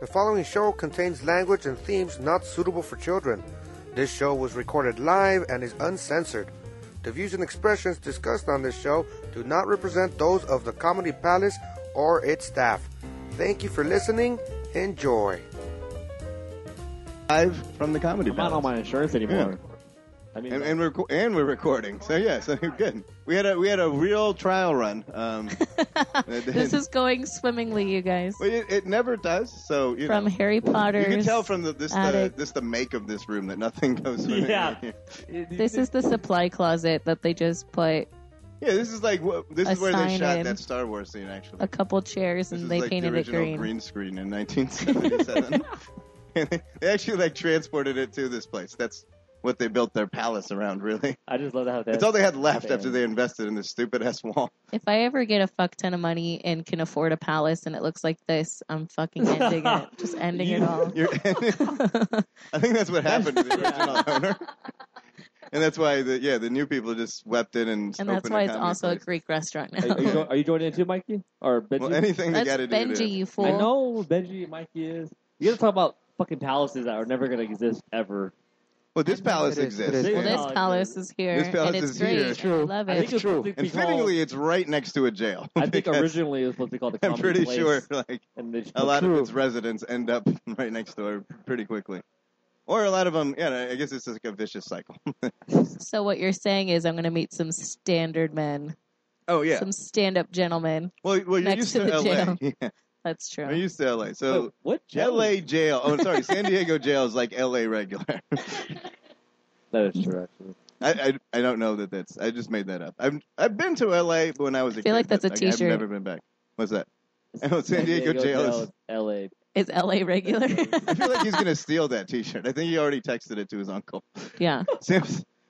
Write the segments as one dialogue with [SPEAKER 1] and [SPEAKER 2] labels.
[SPEAKER 1] The following show contains language and themes not suitable for children. This show was recorded live and is uncensored. The views and expressions discussed on this show do not represent those of the Comedy Palace or its staff. Thank you for listening. Enjoy.
[SPEAKER 2] live from the comedy
[SPEAKER 3] I'm not on
[SPEAKER 2] Palace.
[SPEAKER 3] my insurance anymore. I mean,
[SPEAKER 2] and, and we're co- and we're recording. So yeah, so good. We had a we had a real trial run. Um,
[SPEAKER 4] This is going swimmingly, you guys.
[SPEAKER 2] Well, it, it never does. So you
[SPEAKER 4] From
[SPEAKER 2] know.
[SPEAKER 4] Harry Potter.
[SPEAKER 2] You can tell from the, this the,
[SPEAKER 4] attic.
[SPEAKER 2] this the make of this room that nothing goes. swimming
[SPEAKER 3] Yeah.
[SPEAKER 2] in here.
[SPEAKER 4] This is the supply closet that they just put
[SPEAKER 2] yeah. This is like wh- this
[SPEAKER 4] A
[SPEAKER 2] is where they
[SPEAKER 4] sign
[SPEAKER 2] shot
[SPEAKER 4] in.
[SPEAKER 2] that Star Wars scene actually.
[SPEAKER 4] a couple chairs
[SPEAKER 2] This
[SPEAKER 4] and
[SPEAKER 2] is
[SPEAKER 4] they
[SPEAKER 2] like
[SPEAKER 4] painted
[SPEAKER 2] the
[SPEAKER 4] it
[SPEAKER 2] original
[SPEAKER 4] green.
[SPEAKER 2] green screen in 1977. and they, they actually like transported it to this place. That's what they built their palace around. Really,
[SPEAKER 3] I just love how that.
[SPEAKER 2] it's all they had left
[SPEAKER 3] Yeah.
[SPEAKER 2] after they invested in this stupid ass wall.
[SPEAKER 4] If I ever get a fuck ton of money and can afford a palace and it looks like this, I'm fucking ending it. Just ending it
[SPEAKER 3] You-
[SPEAKER 4] all.
[SPEAKER 2] You're, I think that's what happened to the original owner. And that's why the yeah the new people just wept in and
[SPEAKER 4] And that's
[SPEAKER 2] opened
[SPEAKER 4] why
[SPEAKER 2] a
[SPEAKER 4] it's
[SPEAKER 2] comedy
[SPEAKER 4] also
[SPEAKER 2] place.
[SPEAKER 4] a Greek restaurant
[SPEAKER 3] Are, are you,
[SPEAKER 4] now.
[SPEAKER 3] jo- are you joining in too, Mikey? Or Benji?
[SPEAKER 2] well anything they got
[SPEAKER 4] That's
[SPEAKER 2] to do. to-
[SPEAKER 4] Benji, you fool.
[SPEAKER 3] I know Benji, Mikey is. You gotta talk about fucking palaces that are never gonna exist ever.
[SPEAKER 2] Well, this palace
[SPEAKER 5] It is-
[SPEAKER 2] exists,
[SPEAKER 5] it is.
[SPEAKER 4] Well, this
[SPEAKER 3] Yeah.
[SPEAKER 4] palace is here.
[SPEAKER 2] This palace
[SPEAKER 4] and it's
[SPEAKER 2] is
[SPEAKER 4] great.
[SPEAKER 2] here.
[SPEAKER 4] and I
[SPEAKER 5] True.
[SPEAKER 4] love
[SPEAKER 3] I
[SPEAKER 4] it.
[SPEAKER 3] think it's supposed to
[SPEAKER 2] and
[SPEAKER 3] be called-
[SPEAKER 2] fittingly, it's right next to a jail.
[SPEAKER 3] I think
[SPEAKER 2] because
[SPEAKER 3] originally it was supposed to be called the
[SPEAKER 2] I'm
[SPEAKER 3] Comedy
[SPEAKER 2] pretty
[SPEAKER 3] Place,
[SPEAKER 2] sure like
[SPEAKER 3] And they just
[SPEAKER 2] a lot of
[SPEAKER 5] True.
[SPEAKER 2] its residents end up right next door pretty quickly, or a lot of them. Yeah, I guess it's just like a vicious cycle.
[SPEAKER 4] So what you're saying is I'm going to meet some standard men,
[SPEAKER 2] oh yeah.
[SPEAKER 4] some stand-up gentlemen.
[SPEAKER 2] well, well, you're
[SPEAKER 4] next
[SPEAKER 2] used
[SPEAKER 4] to
[SPEAKER 2] to,
[SPEAKER 4] the
[SPEAKER 2] LA.
[SPEAKER 4] jail.
[SPEAKER 2] Yeah,
[SPEAKER 4] That's true.
[SPEAKER 2] you're used to LA. So
[SPEAKER 3] Wait, what jail?
[SPEAKER 2] LA jail. Oh, sorry, San Diego jail is like LA regular.
[SPEAKER 3] That is true, actually.
[SPEAKER 2] I, I I don't know that that's. I just made that up. I've I've been to L.A. when I was a
[SPEAKER 4] I feel
[SPEAKER 2] kid,
[SPEAKER 4] like that's
[SPEAKER 2] but,
[SPEAKER 4] a
[SPEAKER 2] I've
[SPEAKER 4] t-shirt.
[SPEAKER 2] never been back. What's that? Oh, San Diego jail is-
[SPEAKER 3] LA.
[SPEAKER 4] Is LA regular?
[SPEAKER 2] I feel like he's gonna steal that T-shirt. I think he already texted it to his uncle.
[SPEAKER 4] yeah.
[SPEAKER 2] Sam,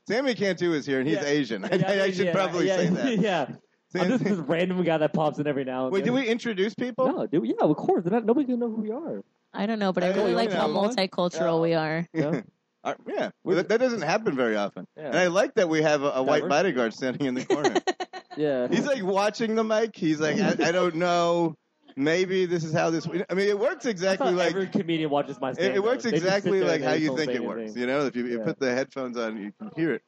[SPEAKER 2] Sammy Cantu is here and he's
[SPEAKER 3] Yeah.
[SPEAKER 2] Asian. I, I, should
[SPEAKER 3] yeah,
[SPEAKER 2] probably
[SPEAKER 3] yeah,
[SPEAKER 2] say that.
[SPEAKER 3] Yeah. I'm
[SPEAKER 2] Sam-
[SPEAKER 3] just this random guy that pops in every now and
[SPEAKER 2] Wait, did
[SPEAKER 3] then.
[SPEAKER 2] we introduce people?
[SPEAKER 3] No, dude. Yeah, of course. They're Not, nobody can know who we are.
[SPEAKER 4] I don't know, but I
[SPEAKER 2] Uh,
[SPEAKER 4] really
[SPEAKER 2] you
[SPEAKER 4] like how
[SPEAKER 2] know.
[SPEAKER 4] multicultural we are.
[SPEAKER 3] Yeah.
[SPEAKER 2] Uh, yeah.
[SPEAKER 3] We-
[SPEAKER 2] Well, that, that doesn't happen very often. And
[SPEAKER 3] Yeah.
[SPEAKER 2] I like that we have a, a white
[SPEAKER 3] Diverse.
[SPEAKER 2] bodyguard standing in the corner.
[SPEAKER 3] yeah.
[SPEAKER 2] he's like watching the mic. He's like, I, I don't know. Maybe this is how this. I mean, it works
[SPEAKER 3] That's
[SPEAKER 2] exactly
[SPEAKER 3] how
[SPEAKER 2] like
[SPEAKER 3] every comedian watches my
[SPEAKER 2] It,
[SPEAKER 3] stand-up.
[SPEAKER 2] it works
[SPEAKER 3] They just sit
[SPEAKER 2] exactly
[SPEAKER 3] there
[SPEAKER 2] like
[SPEAKER 3] and
[SPEAKER 2] how
[SPEAKER 3] they
[SPEAKER 2] you
[SPEAKER 3] don't
[SPEAKER 2] think
[SPEAKER 3] say
[SPEAKER 2] it works.
[SPEAKER 3] anything.
[SPEAKER 2] You know, if you, you
[SPEAKER 3] Yeah.
[SPEAKER 2] put the headphones on, you can hear it.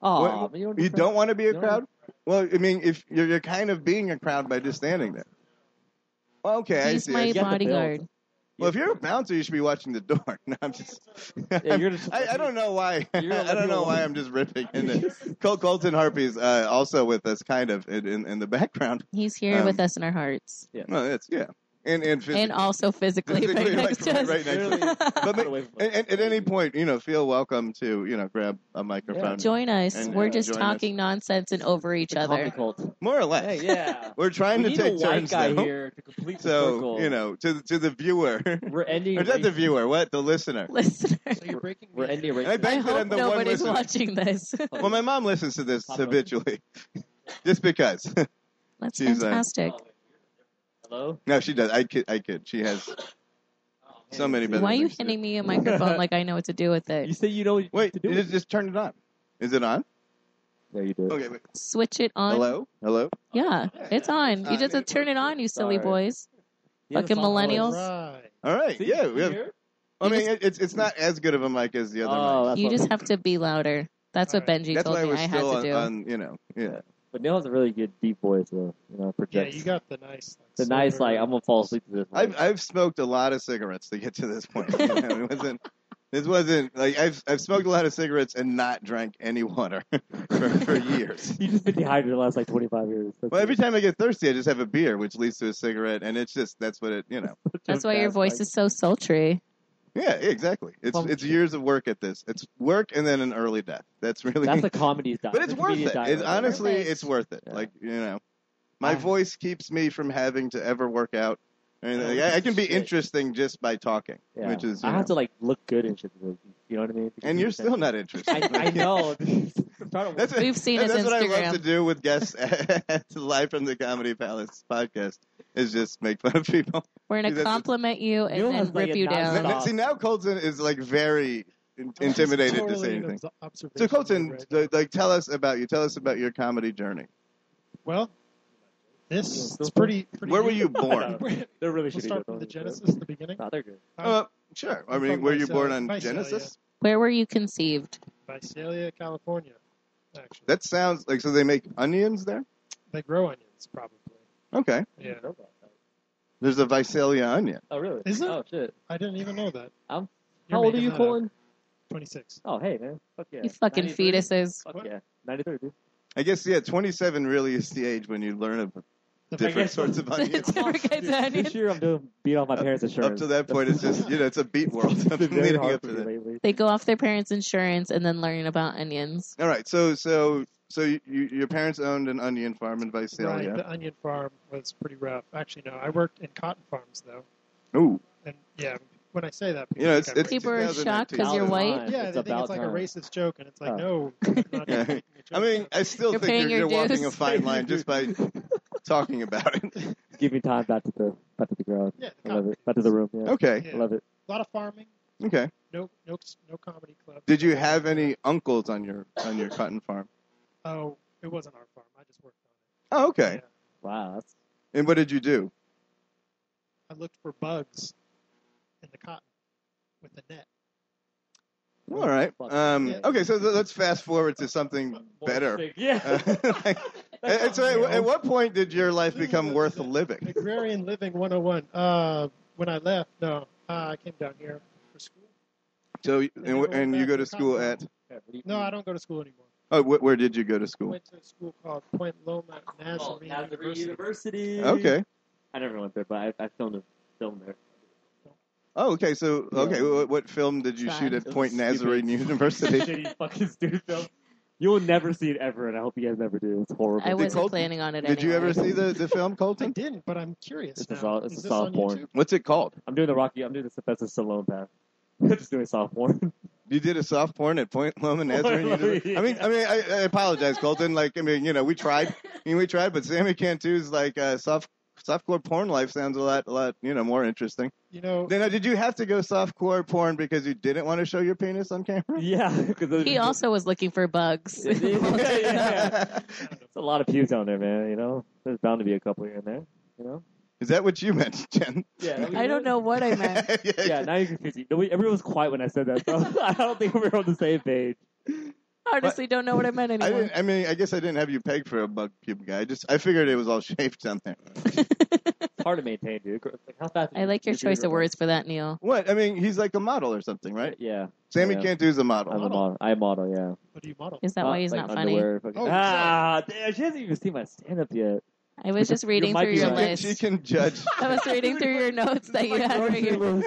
[SPEAKER 3] Aw,
[SPEAKER 2] What-
[SPEAKER 3] but
[SPEAKER 2] you don't want to be a
[SPEAKER 3] No.
[SPEAKER 2] crowd. Well, I mean, if you're, you're kind of being a crowd by just standing there. Well, okay, I
[SPEAKER 4] He's
[SPEAKER 2] see. I
[SPEAKER 4] my
[SPEAKER 2] see.
[SPEAKER 3] You have to
[SPEAKER 4] bodyguard.
[SPEAKER 2] Well, if you're a bouncer, you should be watching the door. No, I'm just.
[SPEAKER 3] Yeah, you're just-
[SPEAKER 2] I, I don't know why.
[SPEAKER 3] You're gonna
[SPEAKER 2] I
[SPEAKER 3] let
[SPEAKER 2] don't know
[SPEAKER 3] people-
[SPEAKER 2] why I'm just ripping into. Col- Colton Harpy's uh, also with us, kind of in, in, in the background.
[SPEAKER 4] He's here
[SPEAKER 2] Um,
[SPEAKER 4] with us in our hearts.
[SPEAKER 2] Well, that's yeah, and and physically.
[SPEAKER 4] And also physically,
[SPEAKER 2] Physically, right-
[SPEAKER 4] right next to us.
[SPEAKER 2] right next
[SPEAKER 3] to
[SPEAKER 2] but ma- and, and at any point, you know, feel welcome to you know grab a microphone,
[SPEAKER 4] Join us.
[SPEAKER 2] And,
[SPEAKER 4] We're
[SPEAKER 2] uh,
[SPEAKER 4] just
[SPEAKER 2] join us.
[SPEAKER 4] talking nonsense and over each other.
[SPEAKER 2] more or less.
[SPEAKER 3] Hey, yeah.
[SPEAKER 2] We're trying
[SPEAKER 3] we
[SPEAKER 2] to
[SPEAKER 3] need
[SPEAKER 2] take
[SPEAKER 3] a white
[SPEAKER 2] turns
[SPEAKER 3] guy
[SPEAKER 2] now.
[SPEAKER 3] here to complete the
[SPEAKER 2] So
[SPEAKER 3] circle.
[SPEAKER 2] you know, to the, to the viewer, or
[SPEAKER 3] we're ending.
[SPEAKER 2] not the
[SPEAKER 3] racism.
[SPEAKER 2] viewer, what the listener.
[SPEAKER 4] Listener,
[SPEAKER 3] We're ending.
[SPEAKER 2] And I
[SPEAKER 3] racism.
[SPEAKER 4] I
[SPEAKER 2] bank that
[SPEAKER 4] hope
[SPEAKER 2] I'm the one
[SPEAKER 4] nobody's
[SPEAKER 2] listener.
[SPEAKER 4] watching this.
[SPEAKER 2] Well, my mom listens to this
[SPEAKER 3] Pop up.
[SPEAKER 2] habitually, just because.
[SPEAKER 4] That's
[SPEAKER 2] She's, uh,
[SPEAKER 4] fantastic.
[SPEAKER 3] Hello.
[SPEAKER 2] no, she does. I kid. I kid. She has so many. better
[SPEAKER 4] Why are you
[SPEAKER 2] things to do.
[SPEAKER 4] handing me a microphone like I know what to do with
[SPEAKER 3] You
[SPEAKER 4] it?
[SPEAKER 3] say you know what
[SPEAKER 2] Wait,
[SPEAKER 3] to do.
[SPEAKER 2] just, just turn it on. Is it on?
[SPEAKER 3] there you do.
[SPEAKER 2] Okay. Wait.
[SPEAKER 4] Switch it on.
[SPEAKER 2] Hello. Hello.
[SPEAKER 4] Yeah, it's on. You just have to turn it on, you silly
[SPEAKER 3] Sorry.
[SPEAKER 4] boys.
[SPEAKER 3] He has a
[SPEAKER 4] fucking
[SPEAKER 3] soft voice.
[SPEAKER 4] millennials.
[SPEAKER 5] Right.
[SPEAKER 2] All right.
[SPEAKER 3] See,
[SPEAKER 2] yeah. We have,
[SPEAKER 3] here?
[SPEAKER 2] I
[SPEAKER 4] You
[SPEAKER 2] mean, it it's it's not as good of a mic as the other
[SPEAKER 3] Oh,
[SPEAKER 2] mic.
[SPEAKER 3] that's
[SPEAKER 4] You
[SPEAKER 3] what-
[SPEAKER 4] just have to be louder. That's what Benji
[SPEAKER 2] That's
[SPEAKER 4] told
[SPEAKER 2] why
[SPEAKER 4] me
[SPEAKER 2] we're
[SPEAKER 4] I had
[SPEAKER 2] still
[SPEAKER 4] to
[SPEAKER 2] on,
[SPEAKER 4] do.
[SPEAKER 2] on. You know. Yeah.
[SPEAKER 3] But Neil has a really good deep voice, though. You know,
[SPEAKER 5] Yeah,
[SPEAKER 3] projects.
[SPEAKER 5] you got the nice. Like,
[SPEAKER 3] the nice,
[SPEAKER 5] silver-
[SPEAKER 3] like I'm gonna fall asleep to this.
[SPEAKER 2] I've
[SPEAKER 3] one.
[SPEAKER 2] I've smoked a lot of cigarettes to get to this point. You know, it wasn't. This wasn't like I've I've smoked a lot of cigarettes and not drank any water for, for years.
[SPEAKER 3] You just been dehydrated the last like 25 years. That's
[SPEAKER 2] Well, every
[SPEAKER 3] it.
[SPEAKER 2] time I get thirsty, I just have a beer, which leads to a cigarette, and it's just that's what it you know.
[SPEAKER 4] That's why your
[SPEAKER 3] Fantastic.
[SPEAKER 4] voice is so sultry.
[SPEAKER 2] Yeah, exactly. It's
[SPEAKER 3] Well-
[SPEAKER 2] it's years of work at this. It's work and then an early death. That's really.
[SPEAKER 3] That's a comedy style.
[SPEAKER 2] but it's
[SPEAKER 3] the
[SPEAKER 2] worth
[SPEAKER 3] comedian
[SPEAKER 2] it.
[SPEAKER 3] diet
[SPEAKER 2] It's
[SPEAKER 3] right there.
[SPEAKER 2] honestly,
[SPEAKER 4] Perfect.
[SPEAKER 2] it's worth it.
[SPEAKER 3] Yeah.
[SPEAKER 2] Like you know, my
[SPEAKER 3] I-
[SPEAKER 2] voice keeps me from having to ever work out. or anything.
[SPEAKER 3] Oh,
[SPEAKER 2] Like, I, I can be
[SPEAKER 3] shit.
[SPEAKER 2] interesting just by talking,
[SPEAKER 3] Yeah.
[SPEAKER 2] which is.
[SPEAKER 3] I
[SPEAKER 2] you know.
[SPEAKER 3] have to like look good and shit. like, You know what I mean? Because
[SPEAKER 2] and you're still not
[SPEAKER 3] I,
[SPEAKER 2] interested.
[SPEAKER 3] I know. I'm trying to-
[SPEAKER 2] That's
[SPEAKER 4] We've seen
[SPEAKER 2] that's
[SPEAKER 4] his
[SPEAKER 2] what I love to
[SPEAKER 4] Instagram.
[SPEAKER 2] do with guests at the live from the Comedy Palace podcast is just make fun of people.
[SPEAKER 4] We're
[SPEAKER 2] Dude,
[SPEAKER 4] gonna
[SPEAKER 2] that's-
[SPEAKER 4] compliment you and
[SPEAKER 3] You'll
[SPEAKER 4] then
[SPEAKER 3] have, like,
[SPEAKER 4] rip
[SPEAKER 3] a
[SPEAKER 4] you
[SPEAKER 2] N-
[SPEAKER 4] down.
[SPEAKER 3] nonstop-
[SPEAKER 2] n- See now Colton is like very in-
[SPEAKER 5] It's just
[SPEAKER 2] intimidated
[SPEAKER 5] totally
[SPEAKER 2] to say
[SPEAKER 5] an
[SPEAKER 2] anything.
[SPEAKER 5] obs- observation
[SPEAKER 2] So Colton,
[SPEAKER 5] right now.
[SPEAKER 2] th- like tell us about you. Tell us about your comedy journey.
[SPEAKER 5] well,
[SPEAKER 3] Go
[SPEAKER 5] this. It's
[SPEAKER 3] for
[SPEAKER 5] pretty, pretty.
[SPEAKER 2] Where were you born?
[SPEAKER 5] We'll
[SPEAKER 3] They're really shitty.
[SPEAKER 5] start
[SPEAKER 3] though.
[SPEAKER 5] from the Genesis, the beginning.
[SPEAKER 3] No, they're good.
[SPEAKER 2] Uh, sure. I
[SPEAKER 5] I'm
[SPEAKER 2] mean,
[SPEAKER 5] from
[SPEAKER 2] were you
[SPEAKER 5] Visalia-
[SPEAKER 3] uh,
[SPEAKER 2] born on
[SPEAKER 5] Visalia.
[SPEAKER 2] Genesis?
[SPEAKER 4] Where were you conceived?
[SPEAKER 5] Visalia, California. Actually,
[SPEAKER 2] That sounds like so they make onions there.
[SPEAKER 5] they grow onions, probably.
[SPEAKER 2] Okay,
[SPEAKER 5] Yeah,
[SPEAKER 3] I didn't know about that.
[SPEAKER 2] there's a Visalia onion.
[SPEAKER 3] Oh really?
[SPEAKER 5] Is it?
[SPEAKER 3] Oh shit.
[SPEAKER 5] I didn't even know that.
[SPEAKER 3] I'm-
[SPEAKER 5] You're
[SPEAKER 3] How old are
[SPEAKER 5] making
[SPEAKER 3] you,
[SPEAKER 5] that up.
[SPEAKER 3] Colin?
[SPEAKER 5] Twenty-six.
[SPEAKER 3] Oh hey man. Fuck yeah.
[SPEAKER 4] You fucking
[SPEAKER 3] 93.
[SPEAKER 4] fetuses.
[SPEAKER 3] Fuck
[SPEAKER 5] What?
[SPEAKER 3] yeah. Ninety three, dude.
[SPEAKER 2] I guess yeah, 27 really is the age when you learn of
[SPEAKER 5] The
[SPEAKER 2] different
[SPEAKER 3] guess-
[SPEAKER 2] sorts of onions.
[SPEAKER 4] Different kinds of
[SPEAKER 3] This
[SPEAKER 4] onions.
[SPEAKER 3] year I'm doing beat off my parents' insurance.
[SPEAKER 2] Up to that point, it's just you know, it's a beat world.
[SPEAKER 3] It's been very
[SPEAKER 2] leading
[SPEAKER 3] hard
[SPEAKER 2] up
[SPEAKER 3] for
[SPEAKER 2] to
[SPEAKER 3] me
[SPEAKER 2] that.
[SPEAKER 3] lately.
[SPEAKER 4] They go off their parents' insurance and then learn about onions.
[SPEAKER 2] All right, so so so you, your parents owned an onion farm in
[SPEAKER 5] Right,
[SPEAKER 2] Visalia.
[SPEAKER 5] the onion farm was pretty rough. Actually, no, I worked in cotton farms though,
[SPEAKER 2] Ooh,
[SPEAKER 5] and yeah, when I say that,
[SPEAKER 2] You know, it's-
[SPEAKER 5] think I'm
[SPEAKER 2] it's-
[SPEAKER 5] racist.
[SPEAKER 4] People are shocked because you're white.
[SPEAKER 5] yeah,
[SPEAKER 3] It's
[SPEAKER 5] they think
[SPEAKER 3] about
[SPEAKER 5] it's like
[SPEAKER 3] time.
[SPEAKER 5] a racist joke, and it's like
[SPEAKER 3] Oh.
[SPEAKER 5] no, you're not
[SPEAKER 2] Yeah.
[SPEAKER 5] making a joke.
[SPEAKER 2] I mean, I still
[SPEAKER 4] You're
[SPEAKER 2] think
[SPEAKER 4] paying
[SPEAKER 2] you're, you're
[SPEAKER 4] your
[SPEAKER 2] walking
[SPEAKER 4] dues.
[SPEAKER 2] a fine line just by talking about it.
[SPEAKER 3] Give me time back to the back to the ground.
[SPEAKER 5] yeah,
[SPEAKER 3] I
[SPEAKER 5] cotton
[SPEAKER 3] love it.
[SPEAKER 5] fields.
[SPEAKER 3] Back to the room. Yeah.
[SPEAKER 2] Okay,
[SPEAKER 5] Yeah.
[SPEAKER 3] I love it.
[SPEAKER 5] A lot of farming.
[SPEAKER 2] okay.
[SPEAKER 5] No, no, no comedy club.
[SPEAKER 2] Did you have any uncles on your on your cotton farm?
[SPEAKER 5] Oh, it wasn't our farm. I just worked on
[SPEAKER 2] Oh, okay.
[SPEAKER 3] Wow. That's,
[SPEAKER 2] And what did you do?
[SPEAKER 5] it. I looked for bugs in the cotton with a net.
[SPEAKER 2] All right. Um, okay, so th- let's fast forward to something better.
[SPEAKER 3] Yeah.
[SPEAKER 2] Uh, like, and so at, at what point did your life become worth living?
[SPEAKER 5] Agrarian Living 101. Uh, when I left, no, uh, I came down here for school.
[SPEAKER 2] So and, wh- and you go to school at
[SPEAKER 5] No, I don't go to school anymore.
[SPEAKER 2] oh, wh- where did you go to
[SPEAKER 5] I
[SPEAKER 2] school?
[SPEAKER 5] went to a school called Point Loma Oh, Nazarene University.
[SPEAKER 3] University.
[SPEAKER 2] Okay.
[SPEAKER 3] I never went there, but I, I filmed a film there.
[SPEAKER 2] Oh, okay. So okay, what, what film did you shoot at Point Nazarene University?
[SPEAKER 3] Shitty fucking student film. You'll never see it ever, and I hope you guys never do. It's horrible.
[SPEAKER 4] I wasn't
[SPEAKER 2] Colton-
[SPEAKER 4] planning on it
[SPEAKER 2] Did you
[SPEAKER 4] anyway.
[SPEAKER 2] ever see the, the film
[SPEAKER 5] I
[SPEAKER 2] Colton?
[SPEAKER 5] didn't, but I'm curious
[SPEAKER 3] This
[SPEAKER 5] now.
[SPEAKER 3] is all- this is
[SPEAKER 5] this
[SPEAKER 3] all
[SPEAKER 5] on
[SPEAKER 3] porn.
[SPEAKER 5] YouTube?
[SPEAKER 2] What's it called?
[SPEAKER 3] I'm doing the Rocky. I'm doing the Sylvester Stallone path. I'm just doing soft porn.
[SPEAKER 2] You did a soft porn at Point Loma Nazarene
[SPEAKER 3] Point Loma,
[SPEAKER 2] University. I mean, I mean, I, I apologize, Colton. Like, I mean, you know, we tried. I mean, we tried, but Sammy Cantu's like uh, soft softcore porn life sounds a lot, a lot, you know, more interesting.
[SPEAKER 5] You know,
[SPEAKER 2] Then, uh, did you have to go softcore porn because you didn't want to show your penis on camera?
[SPEAKER 3] yeah, because
[SPEAKER 4] He also was looking for bugs.
[SPEAKER 3] Yeah, yeah.
[SPEAKER 5] I don't know.
[SPEAKER 3] It's a lot of pews down there, man. You know, there's bound to be a couple here and there. You know.
[SPEAKER 2] Is that what you meant, Jen?
[SPEAKER 3] Yeah.
[SPEAKER 4] I don't know what I meant.
[SPEAKER 3] Yeah, now you're confusing. Nobody, everyone was quiet when I said that, so I don't think we were on the same page.
[SPEAKER 4] Honestly, don't know what I meant
[SPEAKER 2] I
[SPEAKER 4] anymore.
[SPEAKER 2] didn't. I mean, I guess I didn't have you pegged for a bug pube guy. I just I figured it was all shaped down there.
[SPEAKER 3] It's hard to maintain, dude. Like, how fast?
[SPEAKER 4] I like your choice of words for that, Neil.
[SPEAKER 2] What? I mean, he's like a model or something, right?
[SPEAKER 3] Yeah,
[SPEAKER 2] Sammy
[SPEAKER 3] Yeah.
[SPEAKER 2] Cantu's a model.
[SPEAKER 3] I'm a model. I'm a model. Yeah.
[SPEAKER 5] What do you model?
[SPEAKER 4] Is that why he's
[SPEAKER 3] like
[SPEAKER 4] not funny?
[SPEAKER 3] underwear, fucking-
[SPEAKER 5] Oh, sorry.
[SPEAKER 3] ah, damn, she hasn't even seen my stand up yet.
[SPEAKER 4] I was just reading
[SPEAKER 3] might
[SPEAKER 4] through
[SPEAKER 3] be
[SPEAKER 4] your
[SPEAKER 2] She
[SPEAKER 3] right.
[SPEAKER 2] can- she
[SPEAKER 4] list.
[SPEAKER 2] can judge.
[SPEAKER 4] I was reading through your notes that you had right here.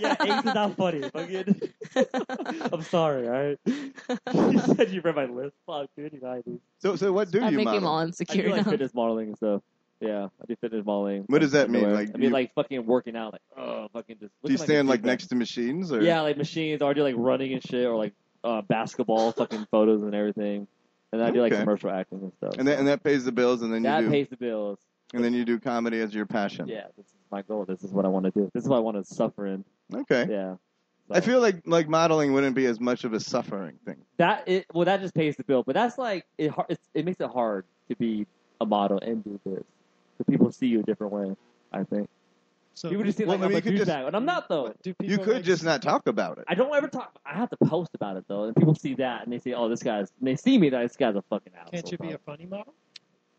[SPEAKER 3] yeah, eggs is not funny. Fucking. I'm sorry, alright? you said you read my list. Fuck, dude, you guys.
[SPEAKER 2] So, so what do
[SPEAKER 4] I'm
[SPEAKER 2] you
[SPEAKER 4] making
[SPEAKER 2] model?
[SPEAKER 4] him all
[SPEAKER 3] I do
[SPEAKER 4] insecure
[SPEAKER 3] like
[SPEAKER 4] now.
[SPEAKER 3] fitness modeling and stuff. Yeah, I do fitness modeling.
[SPEAKER 2] What does that mean?
[SPEAKER 3] Underwear.
[SPEAKER 2] Like,
[SPEAKER 3] I mean,
[SPEAKER 2] you-
[SPEAKER 3] like fucking working out. Like, oh, fucking just.
[SPEAKER 2] do you
[SPEAKER 3] looking a
[SPEAKER 2] stand like
[SPEAKER 3] douchebag.
[SPEAKER 2] next to machines or?
[SPEAKER 3] Yeah, like machines. Or I do like running and shit, or like uh, basketball, fucking photos and everything. And I do like
[SPEAKER 2] Okay.
[SPEAKER 3] commercial acting and stuff.
[SPEAKER 2] And that and that pays the bills, and then
[SPEAKER 3] that
[SPEAKER 2] you do
[SPEAKER 3] pays the bills.
[SPEAKER 2] and then you do comedy as your passion.
[SPEAKER 3] Yeah, this is my goal. This is what I want to do. This is what I want to suffer in.
[SPEAKER 2] Okay.
[SPEAKER 3] Yeah.
[SPEAKER 2] I feel like like modeling wouldn't be as much of a suffering thing.
[SPEAKER 3] that it well that just pays the bill, but that's like it har- it's, it makes it hard to be a model and do this. The people see you a different way. I think
[SPEAKER 5] So,
[SPEAKER 3] people just see
[SPEAKER 2] Well,
[SPEAKER 3] like
[SPEAKER 2] I mean, you
[SPEAKER 3] I'm a
[SPEAKER 2] could just-
[SPEAKER 3] douchebag, and I'm not though.
[SPEAKER 5] do people
[SPEAKER 2] You could
[SPEAKER 5] like-
[SPEAKER 2] just not talk about it.
[SPEAKER 3] I don't ever talk. I have to post about it though, and people see that and they say, "Oh, this guy's." And they see me that this guy's a fucking asshole.
[SPEAKER 5] Can't you be a funny model?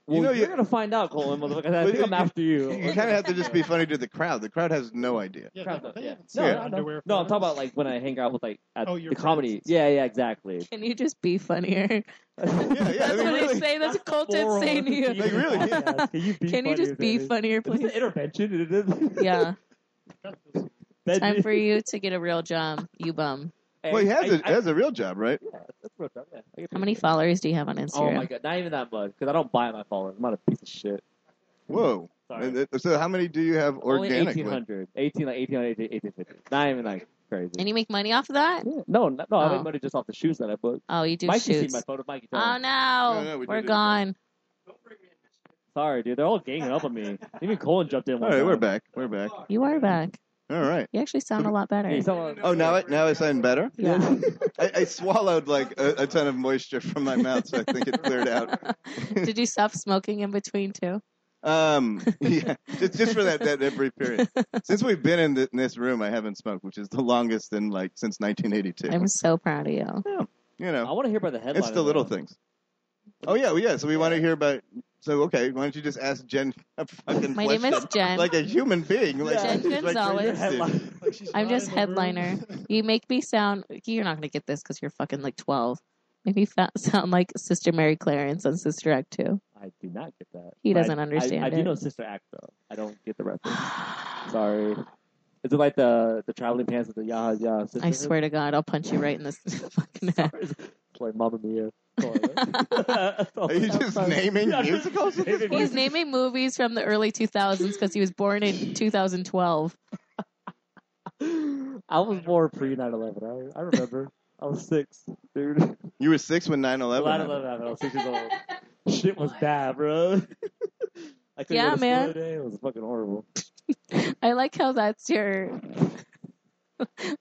[SPEAKER 3] Well,
[SPEAKER 2] You know,
[SPEAKER 3] you're
[SPEAKER 2] you-
[SPEAKER 3] gonna find out, Colin. Motherfucker,
[SPEAKER 2] Well,
[SPEAKER 3] I think I'm
[SPEAKER 2] you-
[SPEAKER 3] after you.
[SPEAKER 2] You kind of have to just be funny to the crowd. The crowd has no idea.
[SPEAKER 5] Yeah,
[SPEAKER 3] Crowd
[SPEAKER 5] they,
[SPEAKER 3] up,
[SPEAKER 5] they
[SPEAKER 3] yeah.
[SPEAKER 5] haven't
[SPEAKER 3] No,
[SPEAKER 5] seen
[SPEAKER 2] Yeah.
[SPEAKER 3] no, no,
[SPEAKER 5] underwear
[SPEAKER 3] no. I'm
[SPEAKER 5] photos.
[SPEAKER 3] talking about like when I hang out with like at
[SPEAKER 5] Oh, your
[SPEAKER 3] the comedy.
[SPEAKER 5] friends.
[SPEAKER 3] Yeah, yeah, exactly.
[SPEAKER 4] Can you just be funnier?
[SPEAKER 2] Yeah, yeah. I
[SPEAKER 4] That's
[SPEAKER 2] mean,
[SPEAKER 4] what I
[SPEAKER 2] really,
[SPEAKER 4] say. That's
[SPEAKER 3] Oral
[SPEAKER 4] Colton saying to you.
[SPEAKER 3] TV
[SPEAKER 2] Like, really?
[SPEAKER 3] podcast. Can you be
[SPEAKER 4] Can you
[SPEAKER 3] funnier
[SPEAKER 4] just
[SPEAKER 3] than
[SPEAKER 4] be
[SPEAKER 3] this?
[SPEAKER 4] funnier,
[SPEAKER 3] Is this an
[SPEAKER 4] please?
[SPEAKER 3] intervention? It is.
[SPEAKER 4] Yeah.
[SPEAKER 3] Benji.
[SPEAKER 4] Time for you to get a real job, you bum.
[SPEAKER 3] Hey,
[SPEAKER 2] well, he has
[SPEAKER 3] I-
[SPEAKER 2] a
[SPEAKER 3] I-
[SPEAKER 2] has a real job, right?
[SPEAKER 3] yeah, that's real tough, yeah. I get
[SPEAKER 4] How
[SPEAKER 3] paid.
[SPEAKER 4] many followers do you have on Instagram?
[SPEAKER 3] Oh my god, not even that much because I don't buy my followers. I'm not a piece of shit.
[SPEAKER 2] Whoa.
[SPEAKER 3] Sorry.
[SPEAKER 2] And that- So how many do you have
[SPEAKER 3] Only
[SPEAKER 2] organically?
[SPEAKER 3] 1800, 18, like 1800, 1850. Not even like crazy.
[SPEAKER 4] And you make money off of that?
[SPEAKER 3] Yeah. No, no, no I
[SPEAKER 4] Oh.
[SPEAKER 3] make money just off the shoes that I booked.
[SPEAKER 4] Oh, you do
[SPEAKER 3] Mike, you see
[SPEAKER 4] shoots.
[SPEAKER 3] my photo, Mike. you tell
[SPEAKER 4] Oh
[SPEAKER 3] him.
[SPEAKER 4] no,
[SPEAKER 2] No, no, we
[SPEAKER 4] we're
[SPEAKER 2] did it.
[SPEAKER 4] gone.
[SPEAKER 3] Sorry, dude. They're all ganging up on me. Even Colin jumped in.
[SPEAKER 2] All
[SPEAKER 3] one
[SPEAKER 2] right,
[SPEAKER 3] time.
[SPEAKER 2] we're back. We're back. All
[SPEAKER 4] You are back.
[SPEAKER 2] right.
[SPEAKER 4] You actually sound a lot
[SPEAKER 3] Hey,
[SPEAKER 4] better.
[SPEAKER 3] someone,
[SPEAKER 2] Oh, now I now I sound better.
[SPEAKER 4] Yeah.
[SPEAKER 2] I, I swallowed like a, a ton of moisture from my mouth, so I think it cleared out.
[SPEAKER 4] Did you stop smoking in between too?
[SPEAKER 2] Um, yeah, just, just for that, that that brief period. Since we've been in, th in this room, I haven't smoked, which is the longest in like since 1982.
[SPEAKER 4] I'm so proud of you.
[SPEAKER 2] you
[SPEAKER 3] I
[SPEAKER 2] know,
[SPEAKER 3] want to hear about the headline.
[SPEAKER 2] it's the
[SPEAKER 3] of
[SPEAKER 2] little
[SPEAKER 3] that.
[SPEAKER 2] things. Oh yeah, well, yeah. So we want to hear about. So okay, why don't you just ask Jen a fucking
[SPEAKER 4] My name
[SPEAKER 2] question
[SPEAKER 4] is Jen.
[SPEAKER 2] like a human being? Like,
[SPEAKER 3] Jen
[SPEAKER 2] she's like
[SPEAKER 4] Gonzalez.
[SPEAKER 3] Your
[SPEAKER 2] interested.
[SPEAKER 3] headline.
[SPEAKER 5] Like she's
[SPEAKER 4] I'm
[SPEAKER 5] not
[SPEAKER 4] just
[SPEAKER 5] in the room.
[SPEAKER 4] headliner. you make me sound. You're not gonna get this because you're fucking like 12. Make me fa- sound like Sister Mary Clarence on Sister Act Two.
[SPEAKER 3] I do not get that.
[SPEAKER 4] He
[SPEAKER 3] But I-
[SPEAKER 4] doesn't understand
[SPEAKER 3] I, I do
[SPEAKER 4] it.
[SPEAKER 3] know Sister Act though. I don't get the reference. Sorry. Is it like the the traveling pants with the yaha yaha? Sisterhood?
[SPEAKER 4] I swear to God, I'll punch you right in this fucking head.
[SPEAKER 3] It's like Mamma Mia. Are
[SPEAKER 2] Are you just naming musicals?
[SPEAKER 4] He's naming movies from the early 2000s because he was born in 2012.
[SPEAKER 3] I was born pre 9 11. I, I remember. I was six, dude. 9
[SPEAKER 2] You were six when 9/11.
[SPEAKER 3] 11
[SPEAKER 2] happened.
[SPEAKER 3] happened. I was six years old. Shit was bad, bro. I couldn't
[SPEAKER 4] Yeah,
[SPEAKER 3] go to school
[SPEAKER 4] man.
[SPEAKER 3] today. It was fucking horrible.
[SPEAKER 4] I like how that's your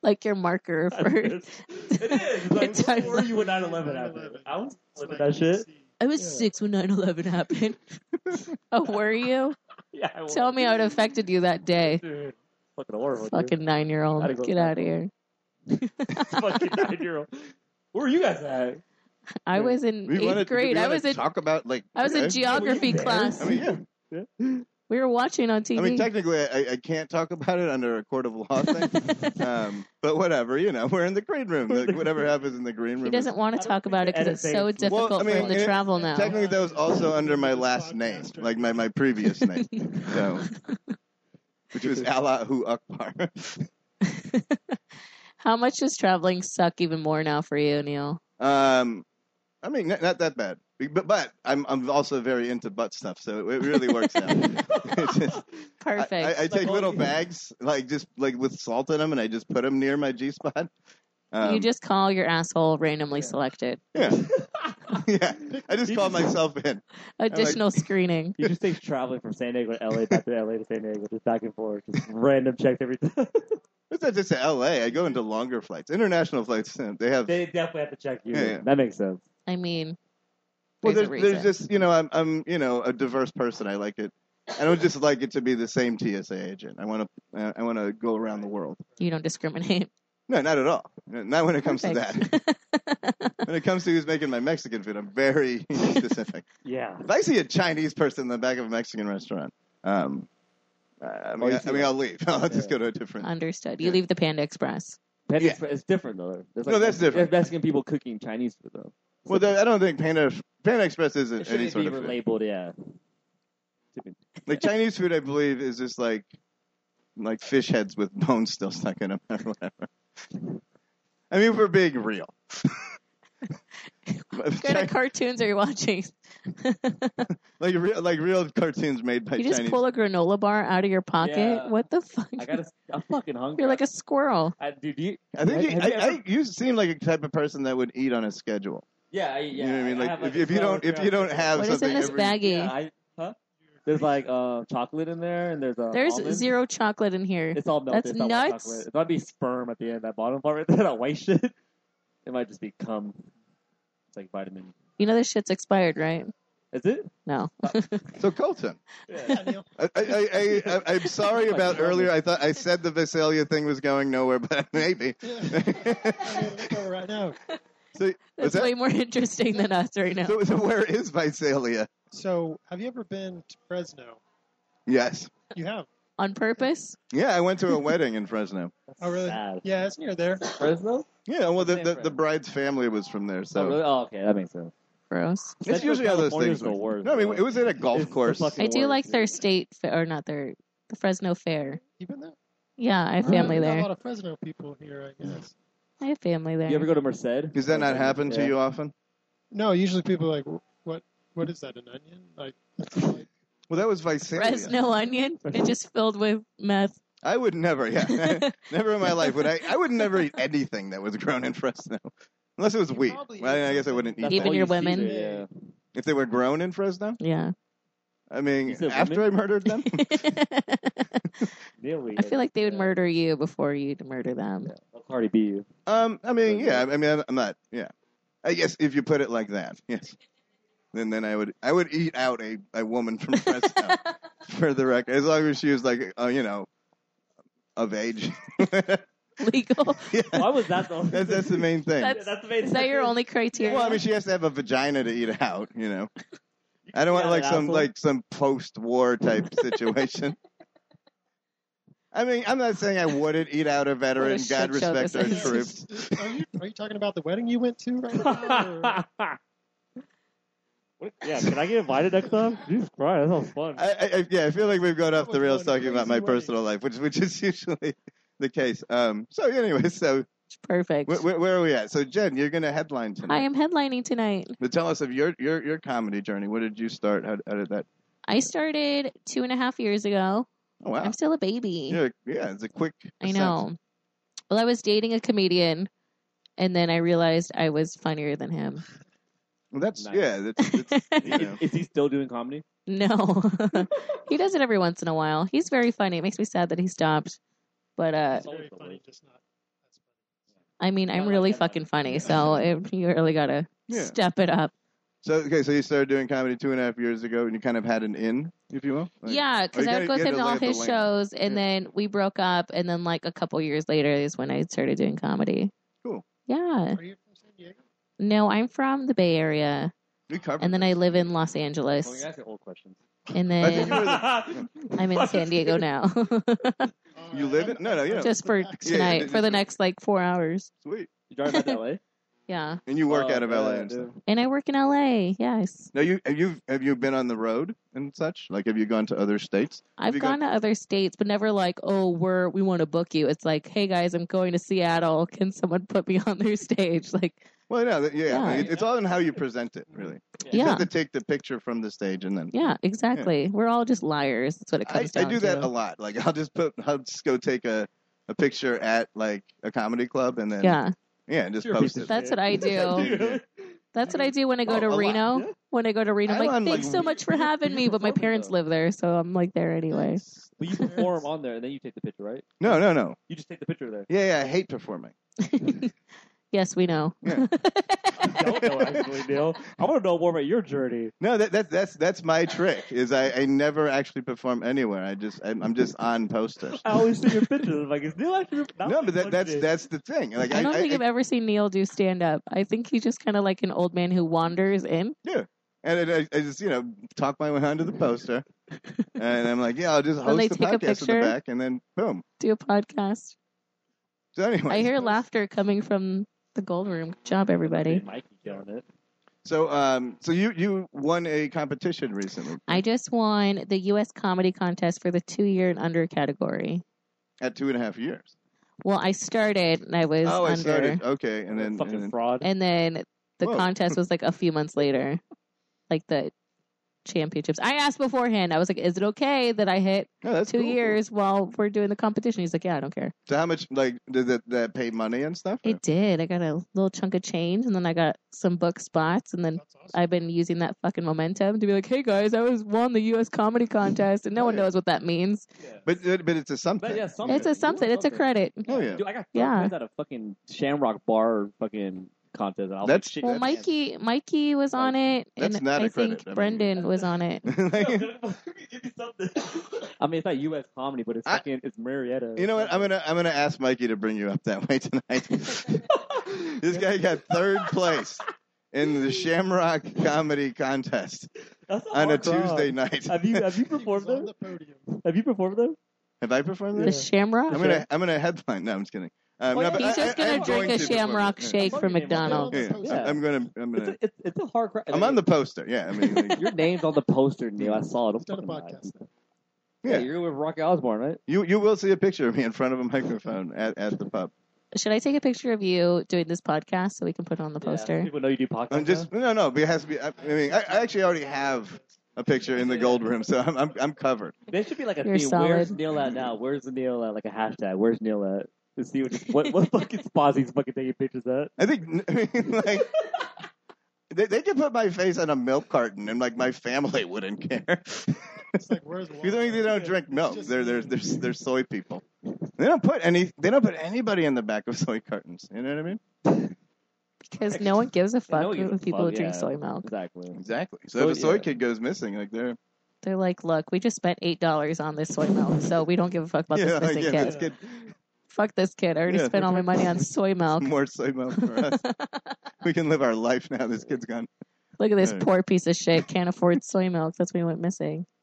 [SPEAKER 4] like your marker for.
[SPEAKER 3] it is. It's like,
[SPEAKER 4] It's
[SPEAKER 3] what were
[SPEAKER 4] like-
[SPEAKER 3] you when 9 11 happened? I was looking at that shit.
[SPEAKER 4] I was
[SPEAKER 5] Yeah.
[SPEAKER 4] six when 9/11 happened. oh, were you?
[SPEAKER 3] Yeah, I was.
[SPEAKER 4] Tell me how it affected you that day.
[SPEAKER 3] Dude, fucking horrible. dude.
[SPEAKER 4] Fucking nine-year-old,
[SPEAKER 3] Gotta go
[SPEAKER 4] get
[SPEAKER 3] back.
[SPEAKER 4] out of here.
[SPEAKER 3] fucking nine year old. Where were you guys at?
[SPEAKER 4] I
[SPEAKER 3] Yeah.
[SPEAKER 4] was in
[SPEAKER 2] We wanted-
[SPEAKER 4] eighth
[SPEAKER 2] did we
[SPEAKER 4] grade. I
[SPEAKER 2] wanna
[SPEAKER 4] was in
[SPEAKER 2] talk about like
[SPEAKER 4] I was in
[SPEAKER 2] okay.
[SPEAKER 4] geography
[SPEAKER 3] there?
[SPEAKER 4] class.
[SPEAKER 2] I mean, yeah.
[SPEAKER 4] we were watching on TV.
[SPEAKER 2] I mean, technically, I, I can't talk about it under a court of law thing. um, but whatever, you know, we're in the green room. Like, whatever happens in the green room.
[SPEAKER 4] he
[SPEAKER 2] is-
[SPEAKER 4] doesn't
[SPEAKER 3] I
[SPEAKER 4] want
[SPEAKER 3] don't
[SPEAKER 4] to talk
[SPEAKER 3] think
[SPEAKER 4] about
[SPEAKER 3] the
[SPEAKER 4] it because it's
[SPEAKER 3] edit
[SPEAKER 4] so
[SPEAKER 3] thing is-
[SPEAKER 4] difficult
[SPEAKER 2] Well, I mean,
[SPEAKER 4] for him to
[SPEAKER 2] it-
[SPEAKER 4] travel now.
[SPEAKER 2] Technically, that was also under my last name, like my, my previous name, so which was Allahu Akbar.
[SPEAKER 4] How much does traveling suck even more now for you, Neil?
[SPEAKER 2] Um, I mean, not, not that bad, but but I'm I'm also very into butt stuff, so it, it really works out. It's just-
[SPEAKER 4] Perfect.
[SPEAKER 2] I, I, I
[SPEAKER 3] Like
[SPEAKER 2] take
[SPEAKER 3] all
[SPEAKER 2] little
[SPEAKER 3] you-
[SPEAKER 2] bags, like just like with salt in them, and I just put them near my G spot. Um,
[SPEAKER 4] you just call your asshole randomly selected.
[SPEAKER 2] yeah, yeah. I just call myself in.
[SPEAKER 4] Additional screening.
[SPEAKER 3] He just takes traveling from San Diego to LA, back to LA to San Diego, just back and forth, just random checks every time.
[SPEAKER 2] It's not just to L.A. I go into longer flights, international flights. uh, They have
[SPEAKER 3] they definitely have to check you.
[SPEAKER 2] Yeah, yeah.
[SPEAKER 3] That makes sense.
[SPEAKER 4] I mean,
[SPEAKER 2] well,
[SPEAKER 4] there's
[SPEAKER 2] there's
[SPEAKER 4] a
[SPEAKER 2] there's
[SPEAKER 4] reason.
[SPEAKER 2] just you know I'm I'm you know a diverse person. I like it. I don't just like it to be the same TSA agent. I want to uh, I want to go around the world.
[SPEAKER 4] you don't discriminate.
[SPEAKER 2] No, not at all. No, Not when it comes to
[SPEAKER 4] Perfect.
[SPEAKER 2] that. when it comes to who's making my Mexican food, I'm very specific.
[SPEAKER 3] Yeah.
[SPEAKER 2] If I see a Chinese person in the back of a Mexican restaurant, um, I- I mean,
[SPEAKER 3] you
[SPEAKER 2] I,
[SPEAKER 3] see
[SPEAKER 2] I mean
[SPEAKER 3] that.
[SPEAKER 2] I'll leave. I'll just go to a different.
[SPEAKER 4] Understood. You leave the Panda Express.
[SPEAKER 3] Panda
[SPEAKER 2] Yeah.
[SPEAKER 3] Express- It's different, though. There's
[SPEAKER 2] No, that's different.
[SPEAKER 3] There's Mexican people cooking Chinese food, though.
[SPEAKER 2] well, though, I don't think Panda Panda Express
[SPEAKER 3] It
[SPEAKER 2] isn't any
[SPEAKER 3] shouldn't
[SPEAKER 2] sort
[SPEAKER 3] be
[SPEAKER 2] of food.
[SPEAKER 3] labeled, yeah.
[SPEAKER 2] like Chinese food. I believe is just like like fish heads with bones still stuck in them or whatever. I mean, if we're being real.
[SPEAKER 4] What kind of cartoons are you watching?
[SPEAKER 2] like real, like real cartoons made by
[SPEAKER 4] You
[SPEAKER 2] Chinese.
[SPEAKER 4] just pull a granola bar out of your pocket.
[SPEAKER 3] Yeah.
[SPEAKER 4] What the fuck?
[SPEAKER 3] I gotta, I'm fucking hungry.
[SPEAKER 4] You're like a squirrel.
[SPEAKER 3] I, dude, you,
[SPEAKER 2] I think you,
[SPEAKER 3] Have you
[SPEAKER 2] I,
[SPEAKER 3] ever-
[SPEAKER 2] I, you seem like a type of person that would eat on a schedule.
[SPEAKER 3] yeah, I, yeah.
[SPEAKER 2] you know what I mean? Like,
[SPEAKER 3] have,
[SPEAKER 2] if, if you don't if you don't have
[SPEAKER 4] What is
[SPEAKER 2] something
[SPEAKER 4] in this
[SPEAKER 2] every,
[SPEAKER 4] baggie?
[SPEAKER 3] Yeah, I, huh? There's like uh, chocolate in there, and there's uh,
[SPEAKER 4] There's
[SPEAKER 3] almonds.
[SPEAKER 4] zero chocolate in here.
[SPEAKER 3] It's all melted.
[SPEAKER 4] That's
[SPEAKER 3] it's not white
[SPEAKER 4] nuts.
[SPEAKER 3] chocolate. It might be sperm at the end, that bottom part right there, that white shit. It might just be cum. It's like vitamin.
[SPEAKER 4] You know this shit's expired, right?
[SPEAKER 3] Is it?
[SPEAKER 4] No.
[SPEAKER 2] so Colton,
[SPEAKER 5] Yeah, Neil.
[SPEAKER 2] I, I, I, I I'm sorry
[SPEAKER 3] Like
[SPEAKER 2] about
[SPEAKER 3] Colton.
[SPEAKER 2] earlier. I thought I said the Visalia thing was going nowhere, but maybe.
[SPEAKER 5] Yeah. I mean, let's go right now.
[SPEAKER 2] so, was
[SPEAKER 4] That's
[SPEAKER 2] that,
[SPEAKER 4] way more interesting than us right now.
[SPEAKER 2] so, so where is Visalia?
[SPEAKER 5] So, have you ever been to Fresno?
[SPEAKER 2] Yes.
[SPEAKER 5] You have.
[SPEAKER 4] On purpose?
[SPEAKER 2] Yeah, I went to a wedding in Fresno.
[SPEAKER 3] That's
[SPEAKER 5] Oh, really?
[SPEAKER 3] Sad.
[SPEAKER 5] Yeah, it's near there.
[SPEAKER 3] Fresno?
[SPEAKER 2] Yeah, well, the,
[SPEAKER 3] Same
[SPEAKER 2] the,
[SPEAKER 3] Fresno.
[SPEAKER 2] the bride's family was from there,
[SPEAKER 3] oh, really?
[SPEAKER 2] so
[SPEAKER 3] Oh, okay, that makes sense.
[SPEAKER 4] Gross.
[SPEAKER 2] it's usually how those things.
[SPEAKER 3] California's the
[SPEAKER 2] work.
[SPEAKER 3] worst,
[SPEAKER 2] No, I mean
[SPEAKER 3] though.
[SPEAKER 2] it was at a golf
[SPEAKER 3] It's the
[SPEAKER 2] course.
[SPEAKER 3] fucking-
[SPEAKER 4] I do
[SPEAKER 3] Lord,
[SPEAKER 4] like their
[SPEAKER 3] dude.
[SPEAKER 4] state, fa- or not their, the Fresno Fair.
[SPEAKER 5] You been there?
[SPEAKER 4] Yeah, I have family
[SPEAKER 5] Not A
[SPEAKER 4] there.
[SPEAKER 5] lot of Fresno people here, I guess.
[SPEAKER 4] I have family there.
[SPEAKER 3] You ever go to Merced?
[SPEAKER 2] Does that not
[SPEAKER 3] Yeah.
[SPEAKER 2] happen to you often?
[SPEAKER 5] No, usually people are like, what? What is that? An onion? Like, that's like
[SPEAKER 2] Well, that was Visalia.
[SPEAKER 4] Fresno onion? It's just filled with meth.
[SPEAKER 2] I would never, yeah, never in my life would I. I would never eat anything that was grown in Fresno, unless it was
[SPEAKER 5] You
[SPEAKER 2] wheat.
[SPEAKER 5] probably
[SPEAKER 2] Well,
[SPEAKER 5] eat
[SPEAKER 2] I guess I
[SPEAKER 5] something.
[SPEAKER 2] wouldn't eat
[SPEAKER 3] That's
[SPEAKER 4] Even
[SPEAKER 3] all
[SPEAKER 2] that.
[SPEAKER 4] your
[SPEAKER 3] you see
[SPEAKER 4] women?
[SPEAKER 3] there, yeah.
[SPEAKER 2] if they were grown in Fresno.
[SPEAKER 4] Yeah.
[SPEAKER 2] I mean,
[SPEAKER 3] You said
[SPEAKER 2] after I murdered them,
[SPEAKER 4] I
[SPEAKER 3] Nearly.
[SPEAKER 4] feel like they would
[SPEAKER 3] Yeah.
[SPEAKER 4] murder you before you'd murder them.
[SPEAKER 3] Yeah. They'll Cardi B you.
[SPEAKER 2] um, I mean, yeah, I mean, I'm- I'm not, yeah. I guess if you put it like that, yes. and then I would I would eat out a, a woman from Fresno for the record, as long as she was like uh, you know of age. yeah,
[SPEAKER 4] Legal.
[SPEAKER 2] that's,
[SPEAKER 3] Why was that the only
[SPEAKER 2] that's the main thing.
[SPEAKER 4] That's-
[SPEAKER 3] that's the main
[SPEAKER 4] Is that your only criteria?
[SPEAKER 2] Well, I mean, she has to have a vagina to eat out, you know. I don't want
[SPEAKER 3] Yeah,
[SPEAKER 2] like
[SPEAKER 3] an
[SPEAKER 2] some
[SPEAKER 3] asshole.
[SPEAKER 2] like some post-war type situation. I mean, I'm not saying I wouldn't eat out a veteran.
[SPEAKER 4] shit
[SPEAKER 2] God
[SPEAKER 4] show
[SPEAKER 2] respect
[SPEAKER 4] this
[SPEAKER 2] our
[SPEAKER 4] is.
[SPEAKER 2] troops.
[SPEAKER 5] Are you, are you talking about the wedding you went to right now? or-
[SPEAKER 3] What- yeah, can I get invited next time? Jesus Christ, that sounds fun.
[SPEAKER 2] I, I, I- yeah, I feel like we've gone off the
[SPEAKER 5] Someone's
[SPEAKER 2] rails
[SPEAKER 5] going to
[SPEAKER 2] talking about my
[SPEAKER 5] crazy weddings.
[SPEAKER 2] personal life, which which is usually the case. Um. So anyway, so
[SPEAKER 4] Perfect.
[SPEAKER 2] wh- wh- where are we at? So Jen, you're going to headline tonight.
[SPEAKER 4] I am headlining tonight.
[SPEAKER 2] But tell us of your your your comedy journey. Where did you start? How, how did that?
[SPEAKER 4] I started two and a half years ago.
[SPEAKER 2] Oh wow.
[SPEAKER 4] I'm still a baby.
[SPEAKER 2] You're- yeah, it's a quick.
[SPEAKER 4] I
[SPEAKER 2] ascent.
[SPEAKER 4] know. Well, I was dating a comedian, and then I realized I was funnier than him.
[SPEAKER 2] Well, that's
[SPEAKER 3] Nice.
[SPEAKER 2] yeah. That's, that's, you know.
[SPEAKER 3] Is he still doing comedy?
[SPEAKER 4] no, he does it every once in a while. He's very funny. It makes me sad that he stopped, but uh,
[SPEAKER 5] It's very funny, just not. That's
[SPEAKER 4] I mean,
[SPEAKER 3] I
[SPEAKER 4] I'm
[SPEAKER 3] like
[SPEAKER 4] really
[SPEAKER 3] that
[SPEAKER 4] fucking
[SPEAKER 3] one.
[SPEAKER 4] funny, so it, you really gotta
[SPEAKER 2] Yeah.
[SPEAKER 4] step it up.
[SPEAKER 2] So okay, so you started doing comedy two and a half years ago, and you kind of had an in, if you will. Like-
[SPEAKER 4] yeah, because
[SPEAKER 2] you
[SPEAKER 4] I
[SPEAKER 2] gotta-
[SPEAKER 4] would go
[SPEAKER 2] you
[SPEAKER 4] to
[SPEAKER 2] gotta
[SPEAKER 4] him to
[SPEAKER 2] lay
[SPEAKER 4] all
[SPEAKER 2] out the
[SPEAKER 4] his
[SPEAKER 2] land.
[SPEAKER 4] shows, and
[SPEAKER 2] Yeah.
[SPEAKER 4] then we broke up, and then like a couple years later is when I started doing comedy.
[SPEAKER 2] Cool.
[SPEAKER 4] Yeah.
[SPEAKER 5] funny. Are you from San Diego?
[SPEAKER 4] No, I'm from the Bay Area,
[SPEAKER 2] we covered.
[SPEAKER 4] and then I
[SPEAKER 2] this.
[SPEAKER 4] live in Los Angeles,
[SPEAKER 2] Oh,
[SPEAKER 3] Well, you're asking old questions.
[SPEAKER 4] and
[SPEAKER 2] I think
[SPEAKER 4] then
[SPEAKER 2] you were
[SPEAKER 4] I'm in San Diego now.
[SPEAKER 5] All
[SPEAKER 2] You live in-
[SPEAKER 5] I'm-
[SPEAKER 2] no, no, you
[SPEAKER 5] I'm
[SPEAKER 2] know.
[SPEAKER 4] just for
[SPEAKER 5] back.
[SPEAKER 2] Yeah,
[SPEAKER 4] tonight,
[SPEAKER 2] yeah,
[SPEAKER 4] for the
[SPEAKER 2] yeah.
[SPEAKER 4] next like four hours.
[SPEAKER 2] Sweet.
[SPEAKER 3] You drive back to LA?
[SPEAKER 4] Yeah,
[SPEAKER 2] And you work
[SPEAKER 3] Oh,
[SPEAKER 2] out of LA.
[SPEAKER 3] yeah,
[SPEAKER 2] and
[SPEAKER 3] dude.
[SPEAKER 2] stuff.
[SPEAKER 4] and I work in LA. Yes,
[SPEAKER 2] Now you have you have you been on the road and such? Like, have you gone to other states?
[SPEAKER 4] I've
[SPEAKER 2] you
[SPEAKER 4] gone
[SPEAKER 2] gone-
[SPEAKER 4] to other states, but never like, oh, we're we want to book you. It's like, hey guys, I'm going to Seattle. Can someone put me on their stage? Like,
[SPEAKER 2] Well, no, that- yeah,
[SPEAKER 4] Yeah.
[SPEAKER 2] I mean, it's all in how you present it, really. You
[SPEAKER 4] yeah,
[SPEAKER 2] have to take the picture from the stage and then.
[SPEAKER 4] yeah, exactly. We're all just liars. That's what it
[SPEAKER 2] I,
[SPEAKER 4] comes
[SPEAKER 2] I
[SPEAKER 4] down
[SPEAKER 2] do
[SPEAKER 4] to.
[SPEAKER 2] that a lot. Like, I'll just put, I'll just go take a, a picture at like a comedy club and then
[SPEAKER 4] Yeah,
[SPEAKER 2] yeah, and just
[SPEAKER 3] You're a
[SPEAKER 2] post
[SPEAKER 3] piece
[SPEAKER 2] it.
[SPEAKER 3] of
[SPEAKER 4] that's what I
[SPEAKER 2] I
[SPEAKER 4] do.
[SPEAKER 2] do.
[SPEAKER 4] That's what I do when I go
[SPEAKER 2] Oh, a
[SPEAKER 4] to
[SPEAKER 2] lot,
[SPEAKER 4] Reno.
[SPEAKER 3] yeah.
[SPEAKER 4] When I go to Reno, I'm
[SPEAKER 2] I'm
[SPEAKER 4] like,
[SPEAKER 2] on, like, Oh,
[SPEAKER 4] thanks so much for
[SPEAKER 3] you-
[SPEAKER 4] having
[SPEAKER 3] you
[SPEAKER 4] me, but my
[SPEAKER 3] perform it,
[SPEAKER 4] parents
[SPEAKER 3] though.
[SPEAKER 4] live there, so I'm like there anyway.
[SPEAKER 3] But you perform on there, and then you take the picture, right?
[SPEAKER 2] No, no, no.
[SPEAKER 3] You just take the picture there.
[SPEAKER 2] Yeah, yeah. I hate performing.
[SPEAKER 4] yes, we know.
[SPEAKER 2] Yeah.
[SPEAKER 3] I don't know, Oh, actually, Neil. I want to know more about your journey.
[SPEAKER 2] No, that, that that's that's my trick. Is I, I never actually perform anywhere. I just I'm, I'm just on posters.
[SPEAKER 3] I always see your pictures. I'm like, is Neil actually?
[SPEAKER 2] No, but that, that's that's the thing. Like
[SPEAKER 4] I don't think I, have
[SPEAKER 2] I,
[SPEAKER 4] ever seen Neil do stand up. I think he's just kind of like an old man who wanders in.
[SPEAKER 2] and I, I just you know talk my way onto the poster, and I'm like, yeah, I'll just
[SPEAKER 4] they
[SPEAKER 2] host the
[SPEAKER 4] take
[SPEAKER 2] podcast
[SPEAKER 4] a
[SPEAKER 2] in the
[SPEAKER 4] picture?
[SPEAKER 2] back, and then boom.
[SPEAKER 4] do a podcast.
[SPEAKER 2] So anyway,
[SPEAKER 4] I hear laughter coming from the gold room. Good job, everybody.
[SPEAKER 3] Mikey killing it.
[SPEAKER 2] So um, so you you won a competition recently
[SPEAKER 4] I just won the U.S. comedy contest for the two year and under category.
[SPEAKER 2] at two and a half years.
[SPEAKER 4] Well, I started and I was
[SPEAKER 2] oh, I
[SPEAKER 4] under,
[SPEAKER 2] started okay, and then,
[SPEAKER 3] fucking
[SPEAKER 2] and then
[SPEAKER 3] fraud.
[SPEAKER 4] and then the
[SPEAKER 2] Whoa.
[SPEAKER 4] contest was like a few months later, like the championships. I asked beforehand. I was like, "Is it okay that I hit
[SPEAKER 2] no, oh, that's
[SPEAKER 4] two
[SPEAKER 2] cool.
[SPEAKER 4] years while we're doing the competition?" He's like, "Yeah, I don't care."
[SPEAKER 2] So how much like did that, that pay money and stuff?
[SPEAKER 4] It did. I got a little chunk of change, and then I got some book spots, and then
[SPEAKER 5] That's awesome.
[SPEAKER 4] I've been using that fucking momentum to be like, "Hey guys, I was won the U.S. comedy contest," and no
[SPEAKER 2] Oh,
[SPEAKER 4] one
[SPEAKER 2] yeah.
[SPEAKER 4] knows what that means.
[SPEAKER 2] But but it's a something.
[SPEAKER 3] yeah, something.
[SPEAKER 4] It's a something. It's a credit.
[SPEAKER 2] Oh yeah.
[SPEAKER 3] Dude, I got
[SPEAKER 4] Yeah.
[SPEAKER 3] yeah. at a uh, fucking Shamrock Bar fucking contest. And I was
[SPEAKER 2] That's-
[SPEAKER 3] like, shit.
[SPEAKER 4] Well, Mikey, Mikey was on it,
[SPEAKER 2] That's
[SPEAKER 4] and
[SPEAKER 2] not
[SPEAKER 4] I
[SPEAKER 2] a credit.
[SPEAKER 4] think
[SPEAKER 2] I mean-
[SPEAKER 4] Brendan was on it.
[SPEAKER 2] Like-
[SPEAKER 3] Give me something. I mean, it's not U.S. comedy, but it's
[SPEAKER 2] I-
[SPEAKER 3] fucking it's Marietta.
[SPEAKER 2] You know what? I'm gonna I'm gonna ask Mikey to bring you up that way tonight. this guy got third place in the Shamrock Comedy Contest
[SPEAKER 3] That's a
[SPEAKER 2] on a
[SPEAKER 3] hard crowd.
[SPEAKER 2] Tuesday night.
[SPEAKER 3] Have you have you
[SPEAKER 5] He was
[SPEAKER 3] performed
[SPEAKER 5] on
[SPEAKER 3] there?
[SPEAKER 5] the podium.
[SPEAKER 3] Have you performed there?
[SPEAKER 2] Have I performed
[SPEAKER 4] The
[SPEAKER 2] there?
[SPEAKER 4] Shamrock.
[SPEAKER 2] I'm gonna I'm gonna headline. No, I'm just kidding. Um,
[SPEAKER 3] Well,
[SPEAKER 2] no,
[SPEAKER 3] yeah,
[SPEAKER 2] but
[SPEAKER 4] He's just
[SPEAKER 2] I, I,
[SPEAKER 4] gonna
[SPEAKER 2] I'm
[SPEAKER 4] drink
[SPEAKER 2] going
[SPEAKER 4] a
[SPEAKER 2] to
[SPEAKER 4] Shamrock
[SPEAKER 2] perform.
[SPEAKER 4] shake
[SPEAKER 3] Yeah.
[SPEAKER 4] from
[SPEAKER 3] Yeah.
[SPEAKER 4] McDonald's.
[SPEAKER 2] Yeah, yeah.
[SPEAKER 3] Yeah.
[SPEAKER 2] I'm gonna I'm
[SPEAKER 3] It's
[SPEAKER 2] gonna
[SPEAKER 3] a, it's, it's a hard crowd.
[SPEAKER 2] I'm on the poster. Yeah, I mean, like,
[SPEAKER 3] Your name's on the poster, Neil. I saw it. Don't
[SPEAKER 5] He's done a
[SPEAKER 3] fucking lie.
[SPEAKER 5] podcast. now.
[SPEAKER 3] Yeah.
[SPEAKER 2] yeah.
[SPEAKER 3] you're with Rocky Osborne, right?
[SPEAKER 2] You you will see a picture of me in front of a microphone at, at the pub.
[SPEAKER 4] Should I take a picture of you doing this podcast so we can put it on the
[SPEAKER 3] Yeah,
[SPEAKER 4] poster?
[SPEAKER 3] people know you do podcasts.
[SPEAKER 2] I'm just no no. But it has to be. I, I mean, I, I actually already have a picture in the gold room, so I'm I'm, I'm covered.
[SPEAKER 3] now. There should be like a
[SPEAKER 4] You're
[SPEAKER 3] theme. Where's
[SPEAKER 4] solid.
[SPEAKER 3] Neil at now? Where's the Neil at? Like a hashtag. Where's Neil at? To see what what, what fucking spots he's fucking taking pictures at.
[SPEAKER 2] I think I mean, like they they could put my face on a milk carton, and like my family wouldn't care.
[SPEAKER 5] It's like, where's
[SPEAKER 2] Because I mean, they don't drink milk.
[SPEAKER 5] just
[SPEAKER 2] They're they're
[SPEAKER 5] me.
[SPEAKER 2] they're they're soy people. They don't put any. They don't put anybody in the back of soy cartons. You know what I mean?
[SPEAKER 4] because no one gives a
[SPEAKER 3] Yeah, no
[SPEAKER 4] fuck
[SPEAKER 3] one gives a
[SPEAKER 4] when people
[SPEAKER 3] fuck,
[SPEAKER 4] who drink
[SPEAKER 3] yeah.
[SPEAKER 4] soy milk.
[SPEAKER 3] Exactly.
[SPEAKER 2] Exactly. So
[SPEAKER 3] So,
[SPEAKER 2] if a soy
[SPEAKER 3] yeah.
[SPEAKER 2] kid goes missing, like they're
[SPEAKER 4] They're like, look, we just spent eight dollars on this soy milk, so we don't give a fuck about
[SPEAKER 2] yeah,
[SPEAKER 4] this
[SPEAKER 2] like,
[SPEAKER 4] missing
[SPEAKER 2] yeah,
[SPEAKER 4] kid.
[SPEAKER 2] this kid
[SPEAKER 4] Fuck this kid! I already
[SPEAKER 2] Yeah.
[SPEAKER 4] spent all my money on soy milk.
[SPEAKER 2] more soy milk for us. we can live our life now. This kid's gone.
[SPEAKER 4] Look at this
[SPEAKER 2] Right.
[SPEAKER 4] poor piece of shit. Can't afford soy milk. That's what he went missing.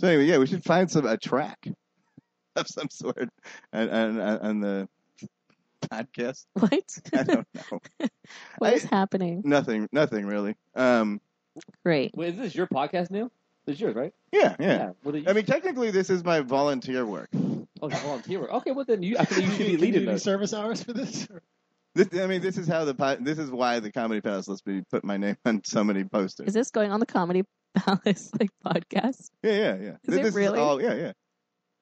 [SPEAKER 2] So anyway, yeah, we should find some a track of some sort on, on, on the podcast.
[SPEAKER 4] What?
[SPEAKER 2] I don't know.
[SPEAKER 4] what
[SPEAKER 2] I-
[SPEAKER 4] is happening?
[SPEAKER 2] nothing. Nothing really. Um.
[SPEAKER 4] Great.
[SPEAKER 3] Wait, is this your podcast new? This is yours, right?
[SPEAKER 2] Yeah. Yeah.
[SPEAKER 3] Well, then you,
[SPEAKER 2] I mean, technically, this is my volunteer work.
[SPEAKER 3] oh, you're a volunteer. Okay, well then you, I think you should be
[SPEAKER 5] Community
[SPEAKER 3] leading this.
[SPEAKER 5] service hours for this. Or-
[SPEAKER 2] This, I mean, this is how the po- this is why the Comedy Palace lets me put my name on so many posters.
[SPEAKER 4] Is this going on the Comedy Palace like podcast?
[SPEAKER 2] Yeah, yeah, yeah.
[SPEAKER 4] Is
[SPEAKER 2] this
[SPEAKER 4] it
[SPEAKER 2] is
[SPEAKER 4] really?
[SPEAKER 2] all- yeah, yeah.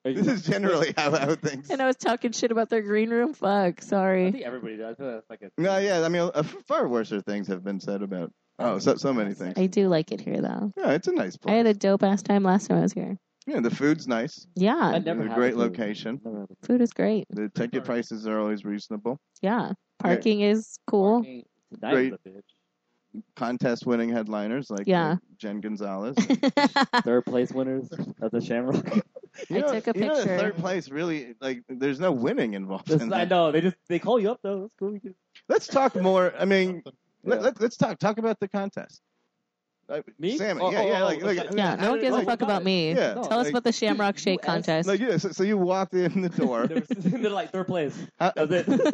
[SPEAKER 3] Are you-
[SPEAKER 2] This is generally how how things.
[SPEAKER 4] And uh, I was talking shit about their green room. Fuck.
[SPEAKER 3] I
[SPEAKER 4] Sorry.
[SPEAKER 3] think everybody does. I feel That's like a,
[SPEAKER 2] No, yeah. I mean, uh, far worse things have been said about. Oh, so so many things.
[SPEAKER 4] I do like it here though.
[SPEAKER 2] Yeah, it's a nice
[SPEAKER 4] I
[SPEAKER 2] place.
[SPEAKER 4] had a dope ass time last time I was here.
[SPEAKER 2] Yeah, the food's nice.
[SPEAKER 4] Yeah.
[SPEAKER 3] That never
[SPEAKER 2] it's a
[SPEAKER 3] happens
[SPEAKER 2] great
[SPEAKER 3] to me.
[SPEAKER 2] location.
[SPEAKER 3] Never happens.
[SPEAKER 4] Food is great.
[SPEAKER 2] The ticket
[SPEAKER 5] Alright.
[SPEAKER 2] prices are always reasonable.
[SPEAKER 4] Yeah. Parking is cool.
[SPEAKER 3] Fucking- That
[SPEAKER 2] Great.
[SPEAKER 3] was a bitch.
[SPEAKER 2] Contest-winning headliners like uh,
[SPEAKER 4] Yeah.
[SPEAKER 2] Jen Gonzalez.
[SPEAKER 4] I
[SPEAKER 3] Third place winners of the Shamrock.
[SPEAKER 2] You know-
[SPEAKER 4] took a
[SPEAKER 2] you know,
[SPEAKER 4] picture.
[SPEAKER 2] third place really like there's no winning involved.
[SPEAKER 3] This-
[SPEAKER 2] In
[SPEAKER 3] I
[SPEAKER 2] that.
[SPEAKER 3] know they just they call you up though. That's cool. You can-
[SPEAKER 2] Let's talk more. I mean,
[SPEAKER 5] something.
[SPEAKER 2] let,
[SPEAKER 3] Yeah.
[SPEAKER 2] let, let's talk talk about the contest. Like,
[SPEAKER 3] Me?
[SPEAKER 2] Sammy,
[SPEAKER 3] Oh,
[SPEAKER 2] yeah,
[SPEAKER 3] oh,
[SPEAKER 2] yeah,
[SPEAKER 3] oh,
[SPEAKER 2] like, like,
[SPEAKER 3] okay.
[SPEAKER 4] Yeah, no one gives a
[SPEAKER 2] like-
[SPEAKER 4] fuck about me.
[SPEAKER 2] Yeah,
[SPEAKER 3] No,
[SPEAKER 4] Tell us
[SPEAKER 2] like-
[SPEAKER 4] about the Shamrock Shake
[SPEAKER 3] asked-
[SPEAKER 4] contest.
[SPEAKER 2] Like, yeah, so, so you walked in the door.
[SPEAKER 3] They're, they're like third place.
[SPEAKER 2] How-
[SPEAKER 3] That's it.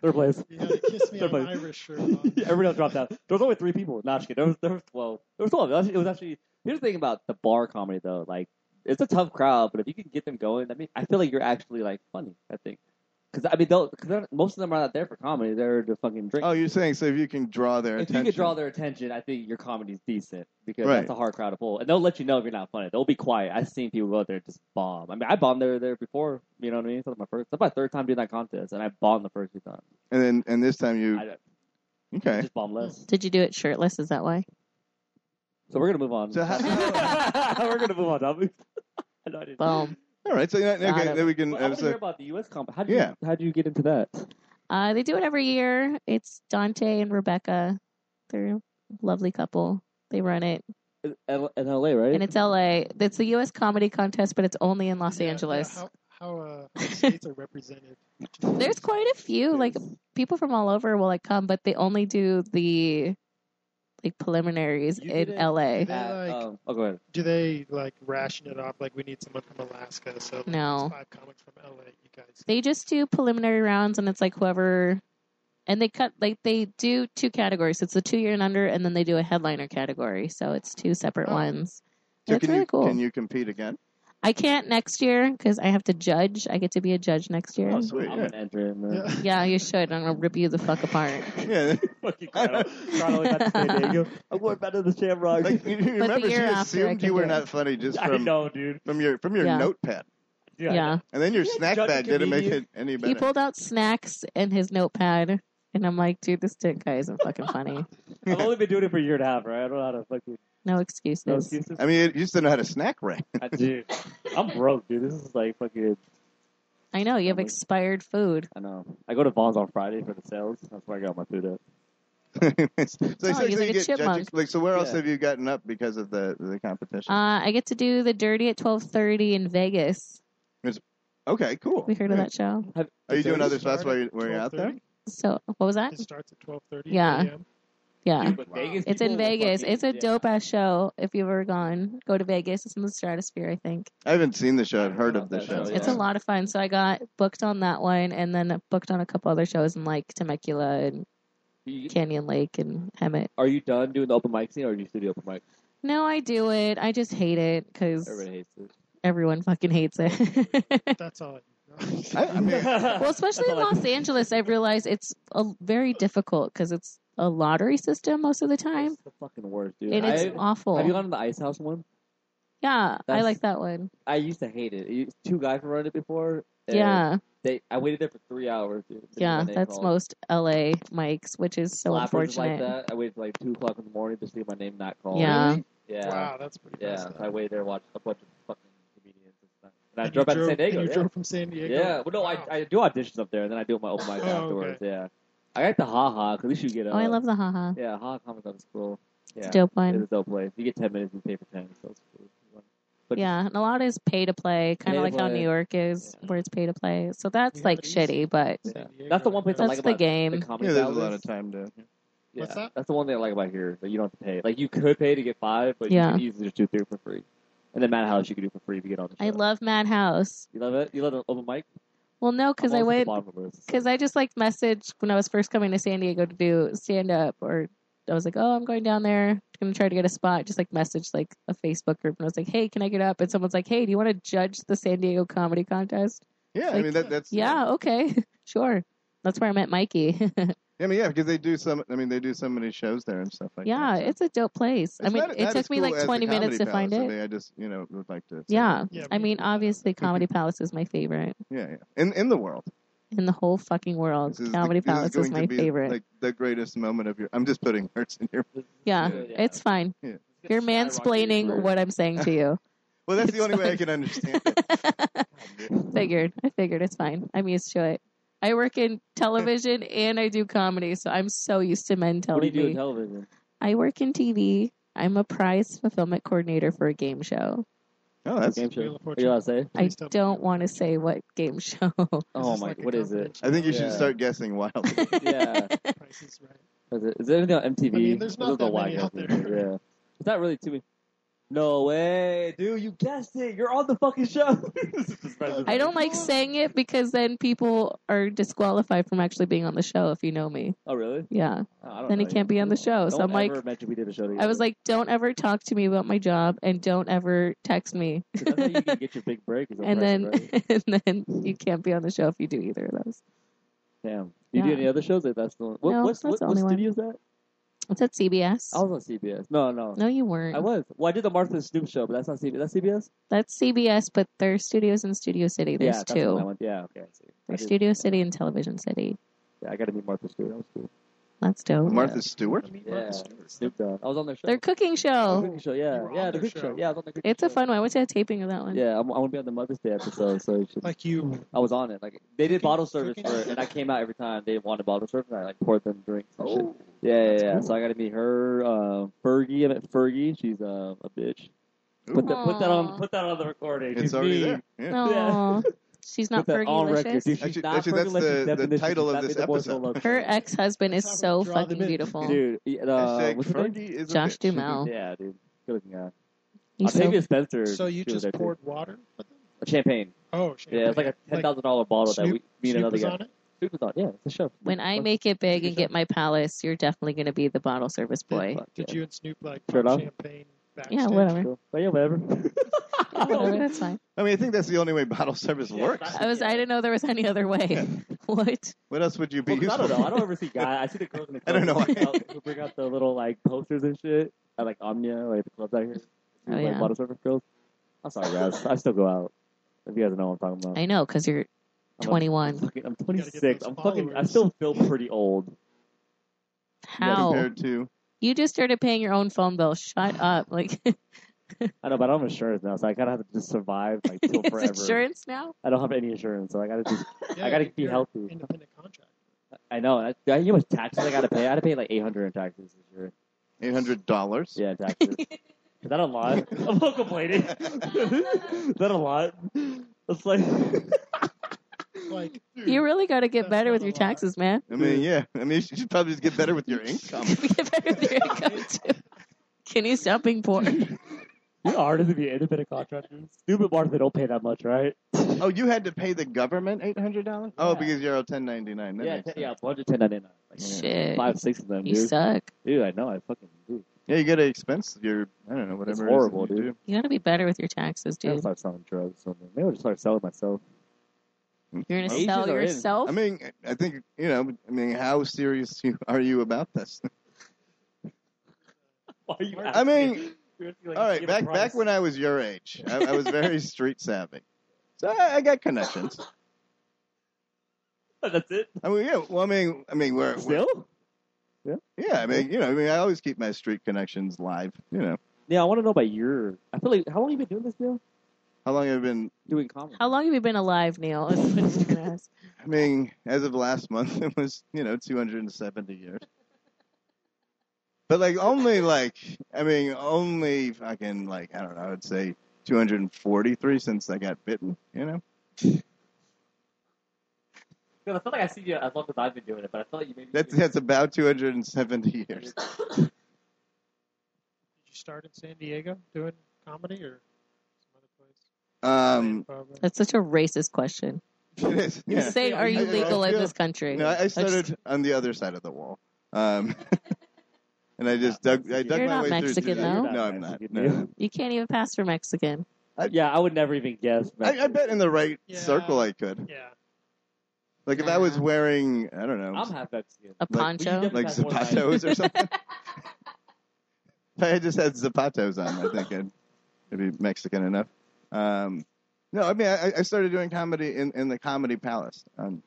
[SPEAKER 3] third place.
[SPEAKER 5] You had a kiss me
[SPEAKER 3] Third
[SPEAKER 5] on an
[SPEAKER 3] place.
[SPEAKER 5] Irish shirt on.
[SPEAKER 3] Everyone else dropped out. There was only three people. Not kidding. There was, there was twelve. There was twelve. It was actually- It was actually. Here's the thing about the bar comedy though. Like it's a tough crowd, but if you can get them going, I mean, I feel like you're actually like funny. I think because I mean, they'll, cause they're- most of them are not there for comedy. They're to fucking drink.
[SPEAKER 2] oh, you're saying so if you can draw their
[SPEAKER 3] if
[SPEAKER 2] attention.
[SPEAKER 3] you can draw their attention, I think your comedy's decent because
[SPEAKER 2] Right.
[SPEAKER 3] that's a hard crowd to pull, and they'll let you know if you're not funny. They'll be quiet. I've seen people go out there and just bomb. I mean, I bombed there there before. You know what I mean? It's not my first. That's my third time doing that contest, and I bombed the first two times.
[SPEAKER 2] and then and this time you
[SPEAKER 3] I, I
[SPEAKER 2] okay.
[SPEAKER 3] just bombed less.
[SPEAKER 4] Did you do it shirtless? Is that why?
[SPEAKER 3] So we're gonna move on.
[SPEAKER 2] So how-
[SPEAKER 3] we're gonna move on. Tommy. I know I didn't.
[SPEAKER 4] Boom.
[SPEAKER 2] All right, so yeah,
[SPEAKER 4] Got
[SPEAKER 2] okay,
[SPEAKER 4] it.
[SPEAKER 2] then we
[SPEAKER 3] But
[SPEAKER 2] can.
[SPEAKER 3] I want to
[SPEAKER 2] so-
[SPEAKER 3] hear about the U.S. comp. How do you
[SPEAKER 2] Yeah.
[SPEAKER 3] how do you get into that?
[SPEAKER 4] Uh, they do it every year. It's Dante and Rebecca. They're a lovely couple. They run it.
[SPEAKER 3] In, in L.A. Right?
[SPEAKER 4] And it's LA. It's the US comedy contest, but it's only in Los
[SPEAKER 5] Yeah, yeah,
[SPEAKER 4] Angeles.
[SPEAKER 5] how how uh, how states are represented?
[SPEAKER 4] There's quite a few. Like people from all over will like come, but they only do the like preliminaries
[SPEAKER 3] You
[SPEAKER 4] in
[SPEAKER 3] did it.
[SPEAKER 4] LA.
[SPEAKER 5] They
[SPEAKER 3] At,
[SPEAKER 5] like-
[SPEAKER 3] um, oh, go ahead.
[SPEAKER 5] Do they like ration it off? Like we need someone from Alaska, so like,
[SPEAKER 4] No.
[SPEAKER 5] there's five comics from LA. You guys,
[SPEAKER 4] They just do preliminary rounds and it's like whoever and they cut like they do two categories. It's the two year and under and then they do a headliner category. So it's two separate
[SPEAKER 5] Oh.
[SPEAKER 4] ones.
[SPEAKER 2] so
[SPEAKER 4] That's
[SPEAKER 2] can
[SPEAKER 4] really
[SPEAKER 2] you
[SPEAKER 4] cool.
[SPEAKER 2] can you compete again?
[SPEAKER 4] I can't next year because I have to judge. I get to be a judge next year.
[SPEAKER 2] Oh, sweet.
[SPEAKER 3] I'm
[SPEAKER 2] Yeah.
[SPEAKER 3] gonna enter in. Uh,
[SPEAKER 5] Yeah.
[SPEAKER 4] Yeah, you should. I'm gonna rip you the fuck apart.
[SPEAKER 2] Yeah.
[SPEAKER 3] Fucking Toronto. Toronto got to San Diego. I'm going back to the Shamrock.
[SPEAKER 2] Like, you, you
[SPEAKER 4] But the
[SPEAKER 2] remember, she
[SPEAKER 4] year after, I
[SPEAKER 2] assumed
[SPEAKER 4] can
[SPEAKER 2] you
[SPEAKER 4] do
[SPEAKER 2] were
[SPEAKER 4] it.
[SPEAKER 2] not funny just
[SPEAKER 3] I
[SPEAKER 2] from
[SPEAKER 3] know, dude.
[SPEAKER 2] from your from your
[SPEAKER 4] Yeah.
[SPEAKER 2] notepad,
[SPEAKER 3] I know.
[SPEAKER 4] Yeah.
[SPEAKER 2] and then your
[SPEAKER 3] You
[SPEAKER 2] snack
[SPEAKER 3] judge a
[SPEAKER 2] bag didn't make
[SPEAKER 3] comedian.
[SPEAKER 2] it any
[SPEAKER 4] He
[SPEAKER 2] better.
[SPEAKER 4] pulled out snacks and his notepad, and I'm like, dude, this stink guy isn't fucking funny.
[SPEAKER 3] I've only been doing it for a year and a half, right? I don't know how to fucking
[SPEAKER 4] No
[SPEAKER 3] no
[SPEAKER 4] excuses.
[SPEAKER 3] excuses.
[SPEAKER 2] I mean, you used to know how to snack rank.
[SPEAKER 3] I do. I'm broke, dude. This is like fucking.
[SPEAKER 4] I know you have expired food.
[SPEAKER 3] I know. I go to Vaughn's on Friday for the sales. That's where I got my food at.
[SPEAKER 2] so, so- so
[SPEAKER 4] Oh, he's like a
[SPEAKER 2] get
[SPEAKER 4] chipmunk.
[SPEAKER 2] judges- Like, so where else
[SPEAKER 3] Yeah.
[SPEAKER 2] have you gotten up because of the the competition?
[SPEAKER 4] Uh, I get to do the dirty at 12:30 in Vegas.
[SPEAKER 2] okay, cool.
[SPEAKER 4] We heard of that show.
[SPEAKER 2] Are you doing
[SPEAKER 5] Does it
[SPEAKER 2] other spots
[SPEAKER 5] start
[SPEAKER 2] while
[SPEAKER 5] at
[SPEAKER 2] you're, while you're out there?
[SPEAKER 5] 12:30?
[SPEAKER 4] So what was that?
[SPEAKER 5] It starts at twelve thirty.
[SPEAKER 4] Yeah.
[SPEAKER 5] a.m.
[SPEAKER 4] Yeah,
[SPEAKER 3] Dude, but Vegas
[SPEAKER 4] it's
[SPEAKER 3] people
[SPEAKER 4] in
[SPEAKER 3] will
[SPEAKER 4] Vegas.
[SPEAKER 3] fucking-
[SPEAKER 4] It's a
[SPEAKER 3] yeah.
[SPEAKER 4] dope ass show. If you've ever gone, go to Vegas. It's in the Stratosphere, I think.
[SPEAKER 2] I haven't seen the show. I've
[SPEAKER 3] I
[SPEAKER 2] heard
[SPEAKER 3] don't
[SPEAKER 2] of the
[SPEAKER 3] know.
[SPEAKER 2] show.
[SPEAKER 3] It's
[SPEAKER 4] It's
[SPEAKER 3] Oh, Yeah.
[SPEAKER 4] a lot of fun. So I got booked on that one, and then booked on a couple other shows in like Temecula and
[SPEAKER 3] You-
[SPEAKER 4] Canyon Lake and Hemet.
[SPEAKER 3] Are you done doing the open mic scene, or do you still do open mic?
[SPEAKER 4] No, I do it. I just hate it because
[SPEAKER 3] Everybody hates it.
[SPEAKER 4] everyone fucking hates it.
[SPEAKER 5] That's all. I
[SPEAKER 2] I, I mean,
[SPEAKER 4] well, especially in Los Angeles, I've realized it's a, very difficult because it's a lottery system most of the time,
[SPEAKER 3] It's the fucking worst, dude.
[SPEAKER 4] and it's
[SPEAKER 3] I-
[SPEAKER 4] awful.
[SPEAKER 3] Have you gone to the Ice House one?
[SPEAKER 4] yeah, I
[SPEAKER 3] That's-
[SPEAKER 4] like that one.
[SPEAKER 3] I used to hate it. You- Two guys were running it before. and
[SPEAKER 4] Yeah,
[SPEAKER 3] They, I waited there for three hours, dude. Didn't get
[SPEAKER 4] yeah,
[SPEAKER 3] my name
[SPEAKER 4] that's
[SPEAKER 3] called.
[SPEAKER 4] most LA mics, which is so
[SPEAKER 3] Slappers like
[SPEAKER 4] unfortunate.
[SPEAKER 3] that. I waited till like two o'clock in the morning to see my name not called.
[SPEAKER 4] Yeah.
[SPEAKER 5] Really?
[SPEAKER 3] Yeah.
[SPEAKER 5] Wow, that's pretty.
[SPEAKER 3] Yeah.
[SPEAKER 5] messed
[SPEAKER 3] So
[SPEAKER 5] up.
[SPEAKER 3] I waited there, watched a bunch of fucking comedians and stuff. And I
[SPEAKER 5] And
[SPEAKER 3] drove
[SPEAKER 5] you
[SPEAKER 3] back to San
[SPEAKER 5] drove- and
[SPEAKER 3] Diego.
[SPEAKER 5] You
[SPEAKER 3] yeah.
[SPEAKER 5] drove from San Diego.
[SPEAKER 3] Yeah, well, no,
[SPEAKER 5] Wow.
[SPEAKER 3] I, I do auditions up there, and then I do my open mic
[SPEAKER 5] Oh,
[SPEAKER 3] afterwards. Yeah, I like the haha because at least you get. A,
[SPEAKER 4] Oh, I love the haha.
[SPEAKER 3] Yeah, haha comic book is cool. Yeah,
[SPEAKER 4] It's a dope
[SPEAKER 3] It
[SPEAKER 4] one.
[SPEAKER 3] was a dope play. You get ten minutes, you pay for ten. So it's cool. But
[SPEAKER 4] yeah, and a lot is pay to play,
[SPEAKER 3] Pay
[SPEAKER 4] kind
[SPEAKER 3] to
[SPEAKER 4] of like how
[SPEAKER 3] play.
[SPEAKER 4] New York is,
[SPEAKER 3] Yeah.
[SPEAKER 4] where it's pay to play. So that's
[SPEAKER 5] We have
[SPEAKER 4] like
[SPEAKER 5] it easy.
[SPEAKER 4] shitty, but
[SPEAKER 3] Yeah.
[SPEAKER 5] San Diego
[SPEAKER 3] That's the one place I
[SPEAKER 5] has-
[SPEAKER 3] like
[SPEAKER 4] That's the
[SPEAKER 3] about
[SPEAKER 4] game.
[SPEAKER 3] The comedy
[SPEAKER 2] Yeah, there's a
[SPEAKER 3] hours.
[SPEAKER 2] lot of time to.
[SPEAKER 3] Yeah.
[SPEAKER 5] What's that?
[SPEAKER 3] That's the one thing I like about here that you don't have to pay. Like you could pay to get five, but
[SPEAKER 4] Yeah.
[SPEAKER 3] you can easily just do three for free. And then Madhouse you can do for free if you get on the show.
[SPEAKER 4] I love Madhouse.
[SPEAKER 3] You love it. You love the open mic
[SPEAKER 4] Well, no, because
[SPEAKER 3] I'm
[SPEAKER 4] I
[SPEAKER 3] almost at
[SPEAKER 4] went
[SPEAKER 3] the bottom of the list.
[SPEAKER 4] because I just like messaged when I was first coming to San Diego to do stand up, or I was like, oh, I'm going down there, gonna try to get a spot. Just like messaged like a Facebook group, and I was like, hey, can I get up? And someone's like, hey, do you want to judge the San Diego comedy contest?
[SPEAKER 2] Yeah, I
[SPEAKER 4] Like,
[SPEAKER 2] mean that, that's
[SPEAKER 4] Yeah, okay, sure. That's where I met Mikey.
[SPEAKER 2] I mean yeah, because they do some. I mean they do so many shows there and stuff like
[SPEAKER 4] yeah,
[SPEAKER 2] that. so.
[SPEAKER 4] it's a dope place. I
[SPEAKER 2] It's
[SPEAKER 4] mean,
[SPEAKER 2] not-
[SPEAKER 4] it
[SPEAKER 2] not
[SPEAKER 4] took
[SPEAKER 2] as
[SPEAKER 4] me
[SPEAKER 2] cool
[SPEAKER 4] like
[SPEAKER 2] as the
[SPEAKER 4] 20 minutes
[SPEAKER 2] Comedy
[SPEAKER 4] to
[SPEAKER 2] Palace.
[SPEAKER 4] find
[SPEAKER 2] I
[SPEAKER 4] it.
[SPEAKER 2] mean, I just you know would like to. say
[SPEAKER 4] Yeah.
[SPEAKER 5] Yeah,
[SPEAKER 4] I
[SPEAKER 5] me
[SPEAKER 4] mean,
[SPEAKER 5] too.
[SPEAKER 4] obviously, Comedy Palace is my favorite
[SPEAKER 2] that. yeah, yeah. In in the world,
[SPEAKER 4] in the whole fucking world.
[SPEAKER 2] this is
[SPEAKER 4] Comedy
[SPEAKER 2] the,
[SPEAKER 4] Palace
[SPEAKER 2] this is,
[SPEAKER 4] is,
[SPEAKER 2] going
[SPEAKER 4] my
[SPEAKER 2] to be
[SPEAKER 4] favorite.
[SPEAKER 2] like the greatest moment of your. I'm just putting hurts in your.
[SPEAKER 4] yeah,
[SPEAKER 2] Yeah.
[SPEAKER 4] it's fine.
[SPEAKER 2] Yeah.
[SPEAKER 4] You're mansplaining what I'm saying to you.
[SPEAKER 2] Well, that's
[SPEAKER 4] It's
[SPEAKER 2] the only way I
[SPEAKER 4] fine.
[SPEAKER 2] can understand it.
[SPEAKER 4] figured. I figured it's fine. I'm used to it. I work in television and I do comedy, so I'm so used to men
[SPEAKER 3] What do
[SPEAKER 4] telling
[SPEAKER 3] you do in
[SPEAKER 4] me.
[SPEAKER 3] television?
[SPEAKER 4] I work in TV. I'm a prize fulfillment coordinator for a game show.
[SPEAKER 2] Oh, that's.
[SPEAKER 3] Game
[SPEAKER 5] Wheel
[SPEAKER 3] show.
[SPEAKER 5] of
[SPEAKER 3] What
[SPEAKER 5] Fortune.
[SPEAKER 3] do you want to say?
[SPEAKER 4] I
[SPEAKER 5] Please tell me.
[SPEAKER 4] don't want to say what game show.
[SPEAKER 5] This
[SPEAKER 3] Oh
[SPEAKER 5] is
[SPEAKER 3] my!
[SPEAKER 5] like a
[SPEAKER 3] what is it?
[SPEAKER 2] I think you
[SPEAKER 3] Yeah.
[SPEAKER 2] should start guessing wildly.
[SPEAKER 3] Yeah.
[SPEAKER 5] confidential Price is right.
[SPEAKER 3] Is it, is there anything on MTV?
[SPEAKER 5] I mean, there's
[SPEAKER 3] Those
[SPEAKER 5] not
[SPEAKER 3] are the
[SPEAKER 5] that many
[SPEAKER 3] wackos,
[SPEAKER 5] out there.
[SPEAKER 3] Yeah. It's not really too many. No way, dude! You guessed it. You're on the fucking show. This is just right.
[SPEAKER 4] I don't like saying it because then people are disqualified from actually being on the show if you know me.
[SPEAKER 3] Oh really?
[SPEAKER 4] Yeah.
[SPEAKER 3] Oh, I don't
[SPEAKER 4] Then
[SPEAKER 3] know
[SPEAKER 4] it can't be on the show.
[SPEAKER 3] Don't
[SPEAKER 4] So I'm like,
[SPEAKER 3] ever mention we did a show together.
[SPEAKER 4] I was like, don't ever talk to me about my job and don't ever text me.
[SPEAKER 3] That's how you can get your big break. Is a
[SPEAKER 4] and
[SPEAKER 3] price,
[SPEAKER 4] then
[SPEAKER 3] right?
[SPEAKER 4] and then you can't be on the show if you do either of those.
[SPEAKER 3] damn. Do you do
[SPEAKER 4] Yeah.
[SPEAKER 3] any other shows? Like that's the one. What,
[SPEAKER 4] No,
[SPEAKER 3] what's,
[SPEAKER 4] that's
[SPEAKER 3] what,
[SPEAKER 4] the
[SPEAKER 3] what
[SPEAKER 4] only one.
[SPEAKER 3] studio is that?
[SPEAKER 4] It's at CBS.
[SPEAKER 3] I was on CBS. No, no,
[SPEAKER 4] no, you weren't.
[SPEAKER 3] Oh. I was. Well, I did the Martha and Snoop show, but that's not CBS. That's CBS.
[SPEAKER 4] That's CBS, but their studios in Studio City. There's
[SPEAKER 3] yeah, that's the one I
[SPEAKER 4] two.
[SPEAKER 3] went. Yeah, okay. I see. I
[SPEAKER 4] There's
[SPEAKER 3] did-
[SPEAKER 4] Studio City and Television City.
[SPEAKER 3] Yeah, I got to meet Martha Stewart. That was cool.
[SPEAKER 4] That's dope.
[SPEAKER 2] Martha
[SPEAKER 5] I
[SPEAKER 2] Stewart.
[SPEAKER 5] mean,
[SPEAKER 3] Yeah,
[SPEAKER 5] Martha Stewart.
[SPEAKER 3] Snoop Dogg. I was on their show.
[SPEAKER 4] Their cooking
[SPEAKER 3] The
[SPEAKER 4] show.
[SPEAKER 3] cooking show. Yeah,
[SPEAKER 5] You were on
[SPEAKER 3] yeah, the
[SPEAKER 5] their
[SPEAKER 3] cooking show.
[SPEAKER 5] show.
[SPEAKER 3] Yeah, I was on the cooking
[SPEAKER 4] It's a
[SPEAKER 3] show.
[SPEAKER 4] fun one. I went to a taping of that one.
[SPEAKER 3] Yeah, I'm, I want to be on the Mother's Day episode. So it's just-
[SPEAKER 5] Like you.
[SPEAKER 3] I was on it. Like they did bottle service
[SPEAKER 5] cooking
[SPEAKER 3] for it,
[SPEAKER 5] show?
[SPEAKER 3] and I came out every time they wanted bottle service. And I like poured them drinks.
[SPEAKER 4] Oh.
[SPEAKER 3] And
[SPEAKER 2] Oh,
[SPEAKER 3] shit. Yeah, yeah. yeah. So I got to meet her, uh, Fergie. I met Fergie. She's uh, a bitch. Put that, put that on,
[SPEAKER 4] Aw.
[SPEAKER 3] put that on the recording.
[SPEAKER 2] It's
[SPEAKER 3] She's
[SPEAKER 2] already
[SPEAKER 3] mean.
[SPEAKER 2] there. Yeah.
[SPEAKER 4] Aw. she's not
[SPEAKER 3] Put that on record. Dude,
[SPEAKER 4] Fergie
[SPEAKER 3] she's
[SPEAKER 2] Actually-
[SPEAKER 3] not
[SPEAKER 2] actually, that's
[SPEAKER 3] Fergie-licious
[SPEAKER 2] the- the
[SPEAKER 3] definition.
[SPEAKER 2] title of
[SPEAKER 3] She's not
[SPEAKER 2] this
[SPEAKER 3] the voice of
[SPEAKER 2] episode.
[SPEAKER 3] love.
[SPEAKER 4] Her ex husband is
[SPEAKER 5] That's how
[SPEAKER 4] so
[SPEAKER 5] we draw them
[SPEAKER 4] fucking
[SPEAKER 5] in.
[SPEAKER 4] beautiful.
[SPEAKER 3] dude. Uh,
[SPEAKER 2] Hashtag
[SPEAKER 3] what's her name?
[SPEAKER 2] Fergie is a
[SPEAKER 4] Josh
[SPEAKER 2] bitch.
[SPEAKER 4] Duhamel.
[SPEAKER 3] Yeah, dude. Good looking guy. Uh,
[SPEAKER 4] He's so
[SPEAKER 3] Octavia Spencer.
[SPEAKER 5] So
[SPEAKER 3] she
[SPEAKER 5] you
[SPEAKER 3] was
[SPEAKER 5] just
[SPEAKER 3] there, too.
[SPEAKER 5] poured water for them?
[SPEAKER 3] champagne.
[SPEAKER 5] Oh,
[SPEAKER 3] Yeah, it's like a ten thousand dollar bottle that we
[SPEAKER 5] Snoop,
[SPEAKER 3] me and
[SPEAKER 5] Snoop
[SPEAKER 3] another
[SPEAKER 5] was
[SPEAKER 3] guy.
[SPEAKER 5] on it?
[SPEAKER 3] Snoop was on. Yeah, it's a show.
[SPEAKER 4] When I
[SPEAKER 3] Fuck,
[SPEAKER 4] make it big
[SPEAKER 3] Sure.
[SPEAKER 4] and get my palace, you're definitely going to be the bottle service boy.
[SPEAKER 3] fuck,
[SPEAKER 5] Did
[SPEAKER 3] yeah.
[SPEAKER 5] you and Snoop like
[SPEAKER 3] Shirt
[SPEAKER 5] pop
[SPEAKER 3] off?
[SPEAKER 5] champagne backstage?
[SPEAKER 4] Yeah, whatever.
[SPEAKER 3] Sure. But yeah, whatever.
[SPEAKER 4] Yeah,
[SPEAKER 5] Oh,
[SPEAKER 4] whatever. That's fine.
[SPEAKER 2] I mean, I think that's the only way bottle service
[SPEAKER 3] Yeah,
[SPEAKER 2] works.
[SPEAKER 3] that's-
[SPEAKER 4] I was. I didn't know there was any other way. What?
[SPEAKER 2] What else would you be
[SPEAKER 3] Well, 'cause I
[SPEAKER 2] useful
[SPEAKER 3] don't know. I
[SPEAKER 2] for?
[SPEAKER 3] don't ever see guys. I see the girls in the
[SPEAKER 2] I don't
[SPEAKER 3] club
[SPEAKER 2] know
[SPEAKER 3] who bring
[SPEAKER 2] why.
[SPEAKER 3] out- who bring out the little like posters and shit. I like Omnia, like the clubs out here.
[SPEAKER 4] Oh,
[SPEAKER 3] like
[SPEAKER 4] yeah.
[SPEAKER 3] bottle service girls. I'm sorry, guys. I still go out. If you guys know what I'm talking about.
[SPEAKER 4] I know, because you're
[SPEAKER 3] I'm a-
[SPEAKER 4] 21.
[SPEAKER 3] fucking- I'm
[SPEAKER 5] gotta get
[SPEAKER 3] 26.
[SPEAKER 5] those
[SPEAKER 3] I'm fucking. I
[SPEAKER 5] followers.
[SPEAKER 3] still feel pretty old.
[SPEAKER 4] How?
[SPEAKER 2] Compared to
[SPEAKER 4] You just started paying your own phone bill. Shut up. Like,
[SPEAKER 3] I know, but I don't have insurance now, so I gotta have to just survive like till
[SPEAKER 4] it's
[SPEAKER 3] forever.
[SPEAKER 4] insurance now?
[SPEAKER 3] I don't have any insurance, so I gotta just.
[SPEAKER 5] Yeah,
[SPEAKER 3] I gotta
[SPEAKER 5] you're
[SPEAKER 3] be healthy.
[SPEAKER 5] Independent contract.
[SPEAKER 3] I know. and I, you know how much taxes I gotta pay? I gotta pay like 800 in taxes this year.
[SPEAKER 2] eight hundred dollars.
[SPEAKER 3] Yeah, taxes. Is that a lot? I'm not complaining. Is that a lot? It's like
[SPEAKER 5] Like,
[SPEAKER 3] Hmm.
[SPEAKER 4] You really got to get
[SPEAKER 5] that's
[SPEAKER 4] better
[SPEAKER 5] not
[SPEAKER 4] with
[SPEAKER 5] a
[SPEAKER 4] your
[SPEAKER 5] lot.
[SPEAKER 4] taxes, man.
[SPEAKER 2] I mean, yeah. I mean, you should probably just get better with your income.
[SPEAKER 4] get better with your income, too. Can you stop being poor?
[SPEAKER 3] you're artists to be independent contractors. Stupid Martha don't pay that much, right?
[SPEAKER 2] Oh, you had to pay the government eight hundred dollars? Oh,
[SPEAKER 3] Yeah.
[SPEAKER 2] because you're a ten ninety nine.
[SPEAKER 3] yeah, ten, yeah, 110.99. Like,
[SPEAKER 4] Shit.
[SPEAKER 3] Five, six of them,
[SPEAKER 4] You
[SPEAKER 3] dude.
[SPEAKER 4] suck.
[SPEAKER 3] Dude, I know. I fucking do.
[SPEAKER 2] Yeah, you gotta expense your I don't know, whatever. it is
[SPEAKER 3] horrible,
[SPEAKER 2] that you
[SPEAKER 3] dude.
[SPEAKER 4] You got to be better with your taxes,
[SPEAKER 3] I gotta
[SPEAKER 4] dude.
[SPEAKER 3] start selling drugs. Or something. Maybe I'll just start selling myself.
[SPEAKER 2] do.
[SPEAKER 4] You're going to
[SPEAKER 3] Asians
[SPEAKER 4] sell
[SPEAKER 3] are in.
[SPEAKER 4] yourself?
[SPEAKER 2] I mean I think you know, I mean how serious you, are you about this?
[SPEAKER 3] Why are you
[SPEAKER 5] I
[SPEAKER 2] I
[SPEAKER 3] asking?
[SPEAKER 2] mean
[SPEAKER 3] You're asking, like,
[SPEAKER 2] all
[SPEAKER 3] give
[SPEAKER 2] right,
[SPEAKER 3] a
[SPEAKER 2] back
[SPEAKER 3] price.
[SPEAKER 2] back when I was your age. I, I was very street savvy. So I, I got connections.
[SPEAKER 3] Oh, That's it.
[SPEAKER 2] I mean yeah, well I mean I mean we're, we're
[SPEAKER 3] Still?
[SPEAKER 2] yeah, I mean you know, I mean I always keep my street connections live, you know.
[SPEAKER 3] Yeah, I want to know about your. I feel like how long you been doing this, Bill?
[SPEAKER 2] How long have you been?
[SPEAKER 3] doing comedy.
[SPEAKER 4] How long have you been alive, Neil? Is what he's gonna ask.
[SPEAKER 2] I mean, as of last month, it was you know 270 years. But like only like I mean only fucking like I don't know I would say 243 since I got bitten. You know.
[SPEAKER 3] I feel like I see you as long as I've been doing it, but I feel like you maybe
[SPEAKER 2] That's that's about 270 years.
[SPEAKER 5] Did you start in San Diego doing comedy or some other place?
[SPEAKER 2] Um,
[SPEAKER 5] Probably.
[SPEAKER 4] That's such a racist question.
[SPEAKER 2] it is.
[SPEAKER 4] You're
[SPEAKER 2] Yeah.
[SPEAKER 4] saying, are you
[SPEAKER 2] I- I
[SPEAKER 4] legal in
[SPEAKER 2] feel-
[SPEAKER 4] this country?
[SPEAKER 2] No, I
[SPEAKER 4] That's
[SPEAKER 2] started on the other side of the wall. Um, and I just dug. I dug
[SPEAKER 4] You're
[SPEAKER 2] my
[SPEAKER 4] not
[SPEAKER 2] way
[SPEAKER 4] Mexican,
[SPEAKER 2] through.
[SPEAKER 4] though.
[SPEAKER 2] No,
[SPEAKER 3] You're
[SPEAKER 2] no
[SPEAKER 3] not
[SPEAKER 2] I'm not.
[SPEAKER 3] Mexican,
[SPEAKER 2] No,
[SPEAKER 3] dude.
[SPEAKER 2] no.
[SPEAKER 4] you can't even pass for Mexican.
[SPEAKER 3] yeah, I would never even guess.
[SPEAKER 2] I, I bet in the right
[SPEAKER 5] Yeah.
[SPEAKER 2] circle I could.
[SPEAKER 5] Yeah.
[SPEAKER 2] Like if I was
[SPEAKER 4] Nah.
[SPEAKER 2] wearing, I don't know,
[SPEAKER 3] I'm half Mexican.
[SPEAKER 4] A
[SPEAKER 2] Like-
[SPEAKER 4] poncho?
[SPEAKER 2] like
[SPEAKER 3] That's more like-
[SPEAKER 2] zapatos or something. if I had just had zapatos on, I think I'd, I'd be Mexican enough. Um, no, I mean I, I started doing comedy in, in the Comedy Palace on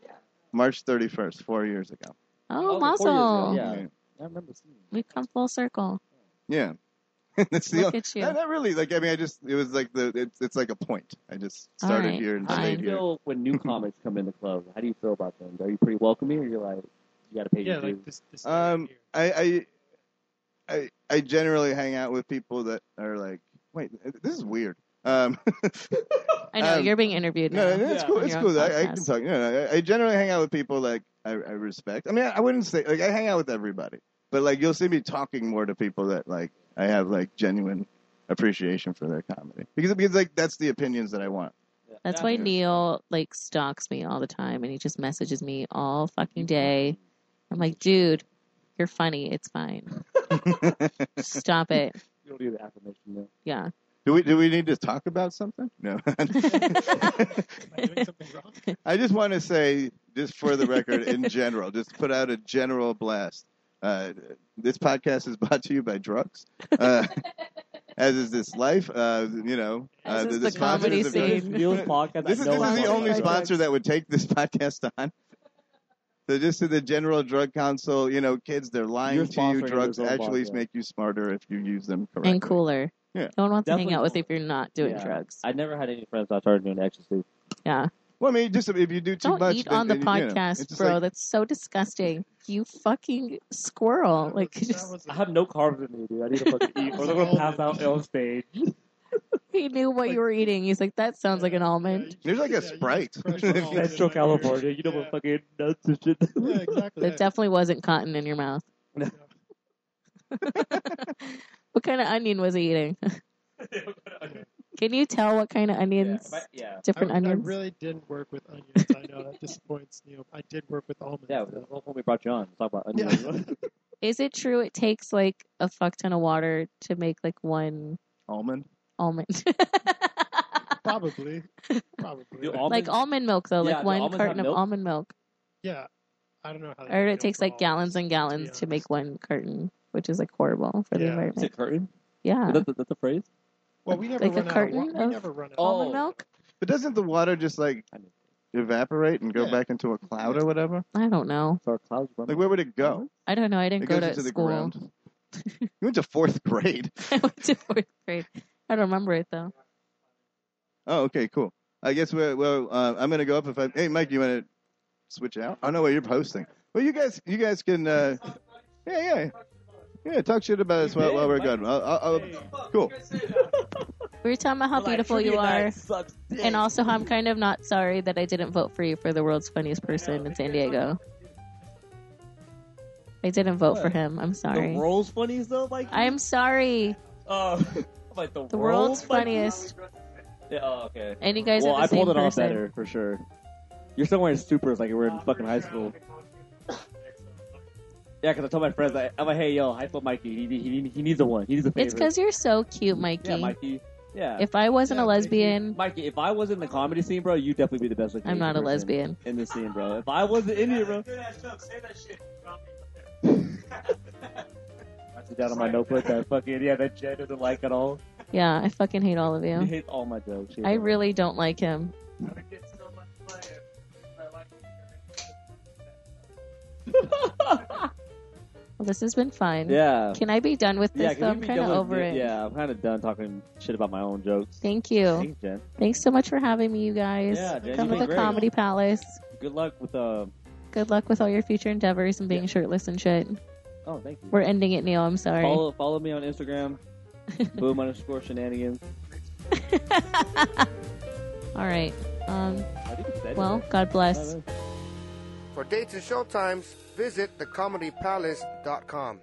[SPEAKER 2] March 31st, four years ago.
[SPEAKER 4] oh,
[SPEAKER 3] okay, four years ago,
[SPEAKER 4] muscle.
[SPEAKER 3] Yeah. I remember seeing. you.
[SPEAKER 4] We've come full circle.
[SPEAKER 2] Yeah. That's the
[SPEAKER 4] Look
[SPEAKER 2] only-
[SPEAKER 4] at you.
[SPEAKER 2] No, Not, really. Like I mean, I just it was like the it's, it's like a point. I just
[SPEAKER 4] All
[SPEAKER 2] started
[SPEAKER 4] right,
[SPEAKER 2] here and
[SPEAKER 3] How do
[SPEAKER 2] stayed
[SPEAKER 3] you
[SPEAKER 4] fine.
[SPEAKER 2] here.
[SPEAKER 3] feel when new comics come in the club? How do you feel about them? Are you pretty welcoming, or you're like you got to pay
[SPEAKER 5] Yeah,
[SPEAKER 3] your
[SPEAKER 5] like
[SPEAKER 3] dues?
[SPEAKER 5] this. this
[SPEAKER 2] Um,
[SPEAKER 5] year.
[SPEAKER 2] I, I I I generally hang out with people that are like, wait, this is weird. Um,
[SPEAKER 4] I know
[SPEAKER 2] um,
[SPEAKER 4] you're being interviewed now.
[SPEAKER 2] No, no, it's
[SPEAKER 3] Yeah.
[SPEAKER 2] cool.
[SPEAKER 4] On
[SPEAKER 2] It's
[SPEAKER 4] your
[SPEAKER 2] cool.
[SPEAKER 4] own
[SPEAKER 2] I, I can
[SPEAKER 4] podcast.
[SPEAKER 2] talk. No, no, I, I generally hang out with people like I, I respect. I mean, I wouldn't say like I hang out with everybody, but like you'll see me talking more to people that like I have like genuine appreciation for their comedy because because like that's the opinions that I want.
[SPEAKER 3] Yeah.
[SPEAKER 4] That's
[SPEAKER 3] Yeah,
[SPEAKER 4] why
[SPEAKER 3] I mean,
[SPEAKER 4] Neil like stalks me all the time, and he just messages me all fucking
[SPEAKER 2] Mm-hmm.
[SPEAKER 4] day. I'm like, dude, you're funny. It's fine. Stop it.
[SPEAKER 3] You don't need the affirmation. No.
[SPEAKER 4] Yeah.
[SPEAKER 2] Do we do we need to talk about something? No.
[SPEAKER 5] Am I doing something wrong?
[SPEAKER 2] I just want to say, just for the record, in general, just put out a general blast. Uh, this podcast is brought to you by drugs, uh, as is this life. Uh, you know,
[SPEAKER 4] As
[SPEAKER 2] uh,
[SPEAKER 4] is the
[SPEAKER 2] sponsor
[SPEAKER 4] comedy
[SPEAKER 2] is a very-
[SPEAKER 3] This
[SPEAKER 4] scene.
[SPEAKER 3] Neil's podcast.
[SPEAKER 2] This
[SPEAKER 3] I
[SPEAKER 2] is,
[SPEAKER 3] know
[SPEAKER 2] this
[SPEAKER 3] I
[SPEAKER 2] is the
[SPEAKER 3] love
[SPEAKER 2] only
[SPEAKER 3] it.
[SPEAKER 2] sponsor that would take this podcast on. So just to the general drug council, you know, kids, they're lying
[SPEAKER 3] You're
[SPEAKER 2] to you.
[SPEAKER 3] sponsoring
[SPEAKER 2] Drugs
[SPEAKER 3] this whole
[SPEAKER 2] actually
[SPEAKER 3] podcast.
[SPEAKER 2] make you smarter if you use them correctly.
[SPEAKER 4] And cooler.
[SPEAKER 2] Yeah.
[SPEAKER 4] No one wants to
[SPEAKER 3] Definitely
[SPEAKER 4] hang out with
[SPEAKER 3] cooler.
[SPEAKER 4] if you're not doing
[SPEAKER 3] Yeah.
[SPEAKER 4] drugs.
[SPEAKER 3] I never had any friends that started doing ecstasy.
[SPEAKER 4] Yeah.
[SPEAKER 2] Well, I mean, just if you do too
[SPEAKER 4] Don't
[SPEAKER 2] much,
[SPEAKER 4] eat
[SPEAKER 2] then-
[SPEAKER 4] on the
[SPEAKER 2] then, you know,
[SPEAKER 4] podcast,
[SPEAKER 2] it's just
[SPEAKER 4] bro.
[SPEAKER 2] like-
[SPEAKER 4] That's so disgusting. You fucking squirrel.
[SPEAKER 5] That
[SPEAKER 4] Like,
[SPEAKER 5] was- that
[SPEAKER 4] just,
[SPEAKER 5] was a-
[SPEAKER 3] I have no carbs in me, dude. I need to fucking eat, or I'm gonna pass out on stage.
[SPEAKER 4] he knew what you were eating. He's like, that sounds like an almond.
[SPEAKER 5] Yeah,
[SPEAKER 2] There's like a
[SPEAKER 5] you just
[SPEAKER 2] Sprite.
[SPEAKER 5] crush all
[SPEAKER 2] Oh,
[SPEAKER 5] of it
[SPEAKER 3] Central
[SPEAKER 5] out here.
[SPEAKER 3] California, you know what fucking nuts and shit.
[SPEAKER 5] Yeah, yeah exactly.
[SPEAKER 4] That definitely wasn't cotton in your mouth.
[SPEAKER 3] No.
[SPEAKER 4] what kind of onion was he eating? Can you tell what kind of onions?
[SPEAKER 3] Yeah, but- yeah.
[SPEAKER 4] Different
[SPEAKER 5] I,
[SPEAKER 4] onions?
[SPEAKER 5] I really didn't work with onions. I know that disappoints Neil. I did work with almonds.
[SPEAKER 3] Yeah,
[SPEAKER 5] though.
[SPEAKER 3] that's when we brought you on. Talk about
[SPEAKER 5] Yeah.
[SPEAKER 3] onions.
[SPEAKER 4] Is it true it takes like a fuck ton of water to make like one
[SPEAKER 2] almond.
[SPEAKER 4] almond?
[SPEAKER 5] probably, probably.
[SPEAKER 3] Do almonds-
[SPEAKER 4] like almond milk though,
[SPEAKER 3] Yeah,
[SPEAKER 4] like
[SPEAKER 3] do
[SPEAKER 4] one
[SPEAKER 3] almonds
[SPEAKER 4] carton
[SPEAKER 3] have
[SPEAKER 4] of
[SPEAKER 3] milk?
[SPEAKER 4] almond milk.
[SPEAKER 5] yeah, I don't know how.
[SPEAKER 4] I
[SPEAKER 5] they
[SPEAKER 4] heard
[SPEAKER 5] do
[SPEAKER 4] it takes
[SPEAKER 5] for
[SPEAKER 4] like gallons and
[SPEAKER 5] almonds, to
[SPEAKER 4] gallons to
[SPEAKER 5] be
[SPEAKER 4] make
[SPEAKER 5] honest.
[SPEAKER 4] one carton, which is like horrible for the
[SPEAKER 5] Yeah.
[SPEAKER 3] Is
[SPEAKER 4] environment.
[SPEAKER 3] it curtain?
[SPEAKER 4] Yeah.
[SPEAKER 3] That's, that's a phrase.
[SPEAKER 5] Well, we never
[SPEAKER 4] like a
[SPEAKER 5] run out. Of,
[SPEAKER 4] carton
[SPEAKER 5] wa-
[SPEAKER 4] of
[SPEAKER 5] we never run out.
[SPEAKER 3] Oh.
[SPEAKER 4] Almond milk?
[SPEAKER 2] But doesn't the water just like evaporate and go
[SPEAKER 5] Yeah.
[SPEAKER 2] back into a cloud or whatever?
[SPEAKER 4] I don't know.
[SPEAKER 3] So our clouds run.
[SPEAKER 2] Like where would it go?
[SPEAKER 3] Almond?
[SPEAKER 4] I don't know. I
[SPEAKER 2] It
[SPEAKER 5] Mm-hmm.
[SPEAKER 4] didn't go
[SPEAKER 2] goes
[SPEAKER 4] to
[SPEAKER 2] into the
[SPEAKER 4] school.
[SPEAKER 2] ground. you went to fourth grade.
[SPEAKER 4] I went to fourth grade. I don't remember it though.
[SPEAKER 2] Oh, okay, cool. I guess we're well. Uh, I'm gonna go up if I. Hey, Mike, you want to switch out? Oh no, wait, you're posting. Well, you guys, you guys can. Uh, yeah, yeah, yeah. Talk shshit about us while, while we're good. I'll, I'll, I'll, cool.
[SPEAKER 4] We were talking about how beautiful you are, and also how I'm kind of not sorry that I didn't vote for you for the world's funniest person in San Diego. I didn't vote for
[SPEAKER 3] What?
[SPEAKER 4] him. I'm
[SPEAKER 3] the
[SPEAKER 4] sorry.
[SPEAKER 3] world's funniest though. Like
[SPEAKER 4] I'm sorry.
[SPEAKER 3] Uh, like the,
[SPEAKER 4] The world's
[SPEAKER 3] funniest.
[SPEAKER 4] funniest,
[SPEAKER 3] Yeah, oh, okay.
[SPEAKER 4] and you guys
[SPEAKER 3] well,
[SPEAKER 4] are the
[SPEAKER 3] I
[SPEAKER 4] same
[SPEAKER 3] pulled it off
[SPEAKER 4] person.
[SPEAKER 3] better for sure. You're still wearing supers like you were in fucking high school. Yeah, because I told my friends, like, I'm like, hey, yo, hype up Mikey. He, he, he needs a one. He needs a favorite.
[SPEAKER 4] It's because you're so cute, Mikey.
[SPEAKER 3] yeah, Mikey. Yeah,
[SPEAKER 4] If I wasn't
[SPEAKER 5] Yeah,
[SPEAKER 4] a
[SPEAKER 5] Mikey.
[SPEAKER 4] lesbian,
[SPEAKER 3] Mikey. If I was in the comedy scene, bro, you'd definitely be the best looking.
[SPEAKER 4] I'm not a
[SPEAKER 3] person
[SPEAKER 4] lesbian.
[SPEAKER 3] in the scene, bro. If I wasn't in here, bro, I sit down on my notebook that fucking yeah, that Jed doesn't like at all.
[SPEAKER 4] Yeah, I fucking hate all of
[SPEAKER 3] He
[SPEAKER 4] you.
[SPEAKER 3] hates all my jokes.
[SPEAKER 4] I
[SPEAKER 3] Yeah.
[SPEAKER 4] really don't like him. Well, this has been fun.
[SPEAKER 3] Yeah.
[SPEAKER 4] Can I be done with
[SPEAKER 3] yeah,
[SPEAKER 4] this?
[SPEAKER 3] can
[SPEAKER 4] though?
[SPEAKER 3] we
[SPEAKER 4] I'm
[SPEAKER 3] be
[SPEAKER 4] kind of
[SPEAKER 3] done with
[SPEAKER 4] over
[SPEAKER 3] the-
[SPEAKER 4] it.
[SPEAKER 3] Yeah, I'm kind of done talking shit about my own jokes.
[SPEAKER 4] Thank you.
[SPEAKER 3] Thanks, Jen.
[SPEAKER 4] Thanks so much for having me, you guys.
[SPEAKER 3] Yeah, Jen,
[SPEAKER 4] Come
[SPEAKER 5] you've
[SPEAKER 4] to
[SPEAKER 5] been
[SPEAKER 4] the
[SPEAKER 5] great.
[SPEAKER 4] Comedy Palace.
[SPEAKER 3] Good luck with uh.
[SPEAKER 4] Good luck with all your future endeavors and being shirtless and shit.
[SPEAKER 3] Oh, thank you.
[SPEAKER 4] We're ending it, Neil. I'm sorry.
[SPEAKER 3] Follow follow me on Instagram, boom underscore shenanigans.
[SPEAKER 4] All right. Um,
[SPEAKER 3] I think it's that.
[SPEAKER 4] well, God bless.
[SPEAKER 3] Uh,
[SPEAKER 1] For dates and showtimes, visit thecomedypalace.com.